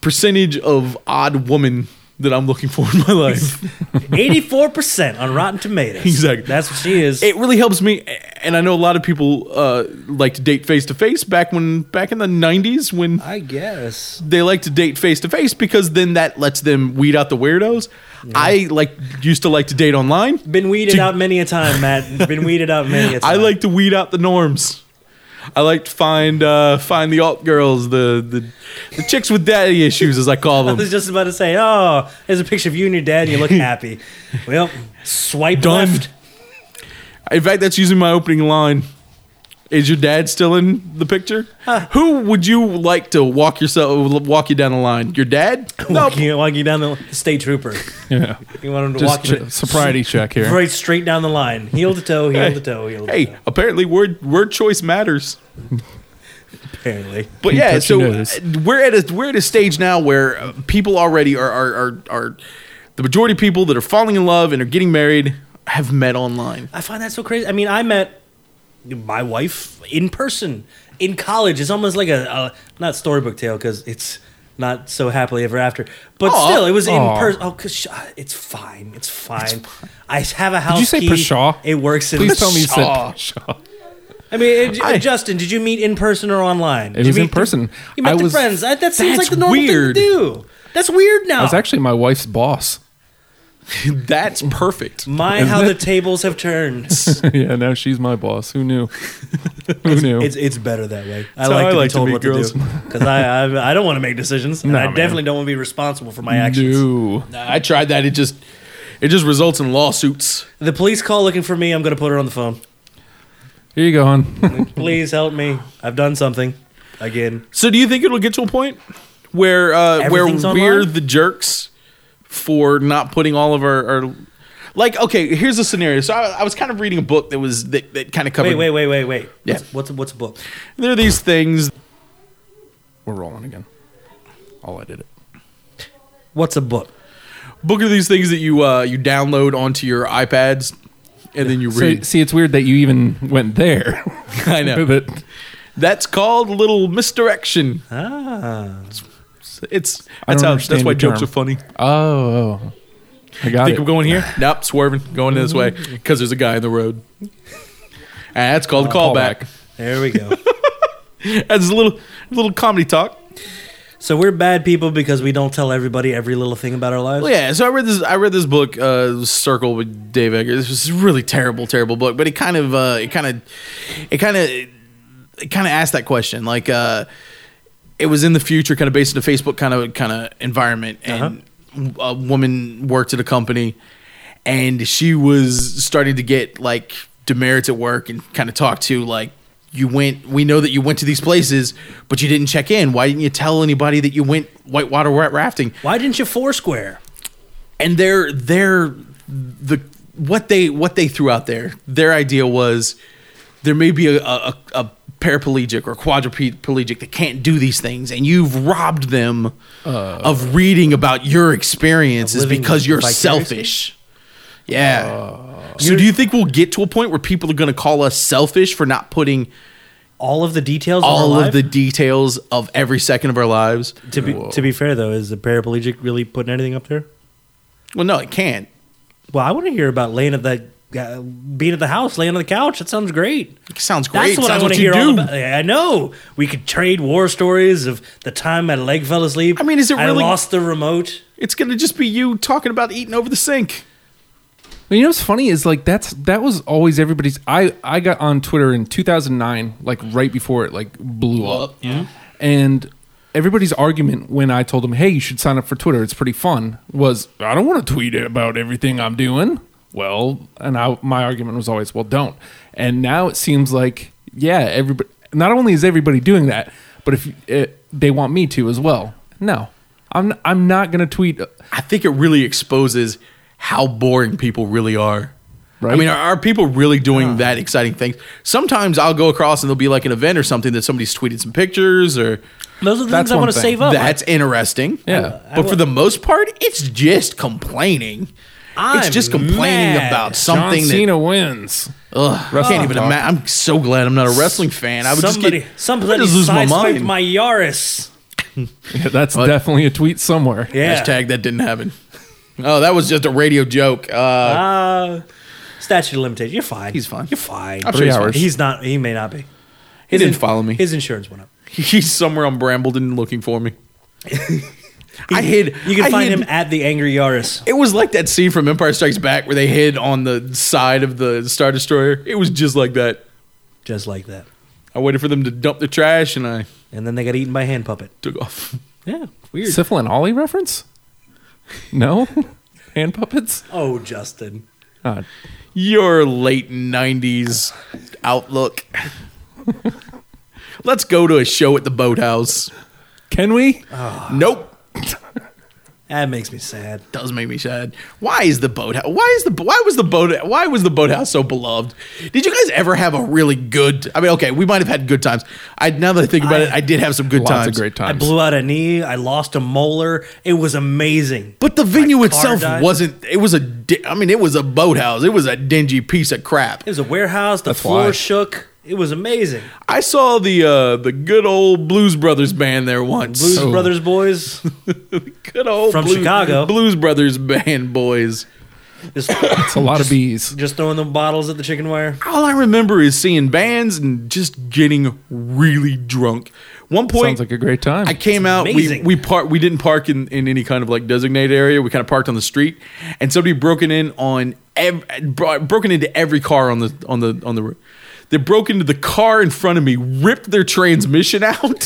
Speaker 2: percentage of odd woman that I'm looking for in my
Speaker 1: [LAUGHS]
Speaker 2: life.
Speaker 1: 84% on Rotten Tomatoes.
Speaker 2: Exactly.
Speaker 1: That's what she is.
Speaker 2: It really helps me, and I know a lot of people uh, like to date face to face. Back when, back in the '90s, when
Speaker 1: I guess.
Speaker 2: they like to date face to face, because then that lets them weed out the weirdos. I like used to like to date online.
Speaker 1: Been weeded
Speaker 2: To-
Speaker 1: out many a time, Matt. Been weeded out many a time.
Speaker 2: [LAUGHS] I like to weed out the norms. I like to find uh, find the alt girls, the, the the chicks with daddy issues, as I call
Speaker 1: I was
Speaker 2: them.
Speaker 1: just about to say, oh, there's a picture of you and your dad, and you
Speaker 2: [LAUGHS]
Speaker 1: look happy. Well, swipe
Speaker 2: Done.
Speaker 1: left.
Speaker 2: In fact, that's usually my opening line. Is your dad still in the picture? Who would you like to walk yourself walk you down the line? Your dad? No,
Speaker 1: Walking, walking down the state trooper.
Speaker 3: Yeah.
Speaker 1: You want him to
Speaker 3: Just
Speaker 1: walk you [LAUGHS]
Speaker 2: [LAUGHS]
Speaker 3: ch- sobriety check here.
Speaker 1: right straight down the line. Heel to toe, heel to toe, heel to toe.
Speaker 2: Hey, apparently word word choice matters.
Speaker 1: Apparently.
Speaker 2: But
Speaker 3: You
Speaker 2: yeah,
Speaker 3: touch
Speaker 2: so
Speaker 3: your
Speaker 2: uh,
Speaker 3: nose.
Speaker 2: we're at a we're at a stage now where uh, people already are are, are are the majority of people that are falling in love and are getting married have met online.
Speaker 1: I find that so crazy. I mean, I met my wife in person in college. It's almost like a, a not storybook tale because it's not so happily ever after. But
Speaker 2: Aw.
Speaker 1: still, it was in
Speaker 3: Aw.
Speaker 1: person. Oh, cause sh- it's fine. It's fine. I have a house.
Speaker 3: you say
Speaker 1: key.
Speaker 3: Pershaw?
Speaker 1: It works. In
Speaker 3: Please tell me you said
Speaker 2: Shaw.
Speaker 3: [LAUGHS] Shaw.
Speaker 1: I mean, it,
Speaker 2: I-
Speaker 1: Justin, did you meet in person or online? It
Speaker 3: was in person.
Speaker 1: you met
Speaker 3: I
Speaker 1: the
Speaker 3: was-
Speaker 1: friends. That, that seems
Speaker 2: That's
Speaker 1: like the normal
Speaker 2: weird.
Speaker 1: thing to do. That's weird now.
Speaker 3: I was actually my wife's boss.
Speaker 2: [LAUGHS] That's perfect.
Speaker 1: My how the tables have turned. It's
Speaker 3: [LAUGHS] yeah, now she's my boss.
Speaker 2: [LAUGHS]
Speaker 3: Who knew? Who knew?
Speaker 1: it's better that way. I
Speaker 2: how
Speaker 1: like
Speaker 2: I
Speaker 1: to
Speaker 2: like
Speaker 1: be
Speaker 2: to
Speaker 1: told
Speaker 2: meet
Speaker 1: what [LAUGHS]
Speaker 2: girls.
Speaker 1: to do because I, I I don't want to make decisions. and
Speaker 3: Nah,
Speaker 1: I
Speaker 3: man.
Speaker 1: definitely don't want to be responsible for my actions.
Speaker 3: No.
Speaker 2: I tried that. It just it just results in lawsuits.
Speaker 1: The police call looking for me. I'm going to put her on the phone.
Speaker 3: Here you go, [LAUGHS] hon.
Speaker 1: Please help me. I've done something again.
Speaker 2: So do you think it'll get to a point where uh, where
Speaker 1: Everything's
Speaker 2: we're
Speaker 1: online?
Speaker 2: the jerks for not putting all of our, our like okay, here's a scenario. So I, I was kind of reading a book that was that, that kind of covered
Speaker 1: Wait, wait, wait, wait, wait.
Speaker 2: Yeah.
Speaker 1: What's, what's what's a book?
Speaker 2: there are these things
Speaker 3: We're rolling again. I'll edit it.
Speaker 1: What's a book?
Speaker 2: book are these things that you uh, you download onto your iPads and then you
Speaker 3: So,
Speaker 2: read.
Speaker 3: see, it's weird that you even went there.
Speaker 2: [LAUGHS] I
Speaker 3: [LAUGHS]
Speaker 2: know.
Speaker 3: But
Speaker 2: That's called a little misdirection.
Speaker 1: Ah,
Speaker 2: It's
Speaker 3: I don't
Speaker 2: that's how that's
Speaker 3: understand
Speaker 2: why
Speaker 3: your
Speaker 2: jokes
Speaker 3: term.
Speaker 2: are funny.
Speaker 3: oh, oh. I got
Speaker 2: Think
Speaker 3: it.
Speaker 2: I'm going here? [LAUGHS] Nope, swerving, going this way because there's a guy in the road. And that's called a Uh, callback.
Speaker 1: There we [LAUGHS] go.
Speaker 2: [LAUGHS] That's a little little comedy talk.
Speaker 1: so we're bad people because we don't tell everybody every little thing about our lives.
Speaker 2: Well, yeah, so I read this. I read this book, uh, Circle, with Dave Eggers. This was a really terrible, terrible book, but it kind of, uh, it kind of, it kind of, it kind of asked that question. Like, uh, it was in the future, kind of based in a Facebook kind of kind of environment, and a woman worked at a company, and she was starting to get like demerits at work, and kind of talked to like. You went. We know that you went to these places, but you didn't check in. Why didn't you tell anybody that you went whitewater rafting?
Speaker 1: Why didn't you foursquare?
Speaker 2: and their their the what they what they threw out there their idea was there may be a, a, a paraplegic or quadriplegic that can't do these things and you've robbed them of reading about your experiences
Speaker 1: Uh. Of living
Speaker 2: because you're
Speaker 1: vicariously? Uh.
Speaker 2: selfish yeah so do you think we'll get to a point where people are going to call us selfish for not putting
Speaker 1: All of the details.
Speaker 2: all
Speaker 1: of, our
Speaker 2: of the
Speaker 1: life?
Speaker 2: details of every second of our lives
Speaker 1: To be to be fair though, is the paraplegic really putting anything up there?
Speaker 2: well no it can't
Speaker 1: Well, I want to hear about laying at the uh, being at the house, laying on the couch. That sounds great.
Speaker 2: it sounds
Speaker 1: That's
Speaker 2: great
Speaker 1: what I
Speaker 2: sounds
Speaker 1: want
Speaker 2: what
Speaker 1: to
Speaker 2: you
Speaker 1: hear
Speaker 2: do.
Speaker 1: all about. Yeah, I know we could trade war stories of the time my leg fell asleep.
Speaker 2: I mean, is it really-
Speaker 1: I lost the remote.
Speaker 2: It's gonna just be you talking about eating over the sink.
Speaker 3: Well, you know what's funny is like that's that was always everybody's. I I got on Twitter in 2009, like right before it like blew up, yeah. And everybody's argument when I told them, "Hey, you should sign up for Twitter. It's pretty fun," was I don't want to tweet about everything I'm doing. Well, and I my argument was always, "Well, don't." And now it seems like yeah, everybody. Not only is everybody doing that, but if it, they want me to as well, no, I'm I'm not gonna tweet. uh,
Speaker 2: I think it really exposes how boring people really are. I
Speaker 3: Right.
Speaker 2: mean, are, are people really doing that exciting things? Sometimes I'll go across and there'll be like an event or something that somebody's tweeted some pictures or
Speaker 1: Those are the
Speaker 3: That's
Speaker 1: things I
Speaker 3: one
Speaker 1: want to
Speaker 3: thing.
Speaker 1: save up.
Speaker 2: that's interesting.
Speaker 3: Yeah.
Speaker 1: I
Speaker 2: but for
Speaker 1: will-
Speaker 2: the most part, it's just complaining. it's
Speaker 1: I'm
Speaker 2: just complaining
Speaker 1: mad.
Speaker 2: about
Speaker 3: John
Speaker 2: something that
Speaker 3: Cena wins.
Speaker 2: ugh, I can't even imagine. I'm so glad I'm not a wrestling fan. I would
Speaker 1: somebody,
Speaker 2: just get, I
Speaker 1: somebody
Speaker 2: would just lose my
Speaker 1: sideswiped
Speaker 2: mind.
Speaker 1: my Yaris.
Speaker 3: Yeah, [LAUGHS] that's definitely a tweet somewhere.
Speaker 1: Yeah.
Speaker 2: Hashtag that didn't happen. Oh, that was just a radio joke. Uh,
Speaker 1: Uh, statute of limitation. You're fine.
Speaker 2: He's fine.
Speaker 1: You're fine.
Speaker 2: I'm sure he's
Speaker 3: Three
Speaker 2: fine.
Speaker 3: hours.
Speaker 1: He's not. He may not be.
Speaker 2: He didn't follow me.
Speaker 1: His insurance went up.
Speaker 2: He's somewhere on Brambleton looking for me. I hid.
Speaker 1: You can
Speaker 2: I
Speaker 1: find
Speaker 2: hid-
Speaker 1: him at the Angry Yaris.
Speaker 2: It was like that scene from Empire Strikes Back where they hid on the side of the Star Destroyer. It was just like that.
Speaker 1: Just like that.
Speaker 2: I waited for them to dump the trash and I
Speaker 1: And then they got eaten by a hand puppet.
Speaker 2: took off. [LAUGHS]
Speaker 1: Yeah, weird.
Speaker 3: Syphil and Ollie reference? No? [LAUGHS] Hand puppets? Uh,
Speaker 1: oh, Justin.
Speaker 3: God.
Speaker 2: Your late '90s outlook. Let's go to a show at the boathouse.
Speaker 3: Can we?
Speaker 2: Nope.
Speaker 1: That makes me sad.
Speaker 2: does make me sad. Why is the boathouse? Why is the why was the boat? Why was the boathouse so beloved? Did you guys ever have a really good? I mean, okay, we might have had good times. I now that I think about
Speaker 1: I-
Speaker 2: it, I did have some good
Speaker 3: Lots
Speaker 2: times.
Speaker 3: of great
Speaker 1: I
Speaker 3: times.
Speaker 1: blew out a knee. I lost a molar. It was amazing.
Speaker 2: But the venue
Speaker 1: car
Speaker 2: itself
Speaker 1: died.
Speaker 2: wasn't. It was a. di- I mean, it was a boathouse. It was a dingy piece of crap.
Speaker 1: It was a warehouse. The
Speaker 3: That's
Speaker 1: floor
Speaker 3: why.
Speaker 1: shook. It was amazing.
Speaker 2: I saw the uh the good old Blues Brothers band there once.
Speaker 1: Blues
Speaker 3: So-
Speaker 1: Brothers boys.
Speaker 2: good old
Speaker 1: From
Speaker 2: Blues-
Speaker 1: Chicago.
Speaker 2: [LAUGHS] Blues Brothers band boys.
Speaker 1: Just,
Speaker 3: [LAUGHS] It's a lot of bees.
Speaker 1: just throwing the bottles at the chicken wire.
Speaker 2: All I remember is seeing bands and just getting really drunk. One point,
Speaker 3: Sounds like a great time.
Speaker 2: I came out. We
Speaker 1: amazing.
Speaker 2: we park. We didn't park in, in any kind of like designated area. We kind of parked on the street, and somebody broken in on ev- bro- broken into every car on the on the on the road. They broke into the car in front of me, ripped their transmission [LAUGHS] out, and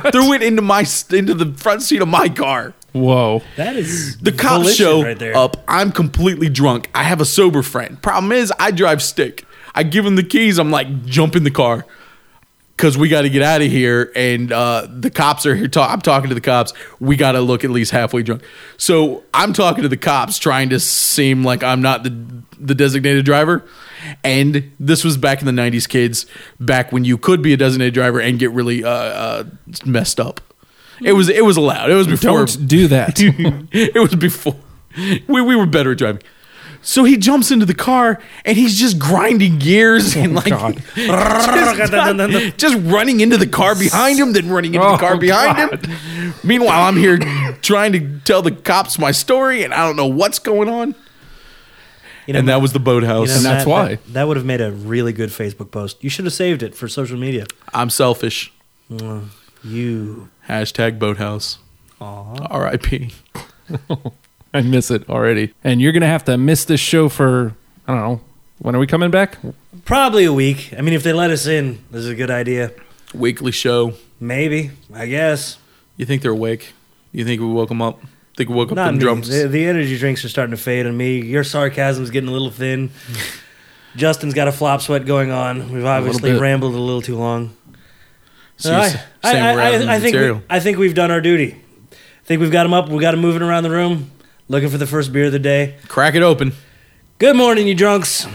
Speaker 2: threw it into my s- into the front seat of my car.
Speaker 3: Whoa.
Speaker 1: That is
Speaker 2: The cops
Speaker 1: volition
Speaker 2: show
Speaker 1: right there.
Speaker 2: up. I'm completely drunk. I have a sober friend. Problem is, I drive stick. I give him the keys. I'm like, jump in the car because we got to get out of here. And uh, the cops are here. Ta- I'm talking to the cops. We got to look at least halfway drunk. So I'm talking to the cops, trying to seem like I'm not the the designated driver. And this was back in the '90s, kids. Back when you could be a designated driver and get really uh, uh, messed up. It was it was allowed. [LAUGHS] It was before
Speaker 3: Don't do that.
Speaker 2: it was before we, we were better at driving. So he jumps into the car and he's just grinding gears
Speaker 1: Oh,
Speaker 2: and
Speaker 1: [LAUGHS]
Speaker 2: like [LAUGHS]
Speaker 3: God.
Speaker 2: just, just running into the car behind him, then running into
Speaker 3: Oh,
Speaker 2: the car behind
Speaker 3: God.
Speaker 2: him. Meanwhile, I'm here trying to tell the cops my story and I don't know what's going on.
Speaker 1: You know,
Speaker 2: And that was the boathouse.
Speaker 1: you know,
Speaker 3: And
Speaker 1: Matt,
Speaker 3: that's why.
Speaker 1: That, that would have made a really good Facebook post. You should have saved it for social media.
Speaker 2: I'm selfish.
Speaker 1: You.
Speaker 2: Hashtag boathouse. R.I.P.
Speaker 3: I miss it already. And you're going to have to miss this show for, I don't know, when are we coming back?
Speaker 1: Probably a week. I mean, if they let us in, this is a good idea.
Speaker 2: Weekly show.
Speaker 1: Maybe, I guess.
Speaker 2: You think they're awake? You think we woke them up? Think we woke up
Speaker 1: Not
Speaker 2: them
Speaker 1: me.
Speaker 2: drums?
Speaker 1: The, the energy drinks are starting to fade on me. Your sarcasm's getting a little thin. Justin's got a flop sweat going on. We've obviously
Speaker 3: bit.
Speaker 1: rambled a little too long.
Speaker 2: So
Speaker 1: All
Speaker 2: you're
Speaker 1: right.
Speaker 2: s-
Speaker 1: I,
Speaker 2: saying we're
Speaker 1: I-
Speaker 2: out of
Speaker 1: I- I think
Speaker 2: material.
Speaker 1: we, I think we've done our duty. I think we've got them up. We got them moving around the room, looking for the first beer of the day.
Speaker 2: Crack it open.
Speaker 1: Good morning, you drunks.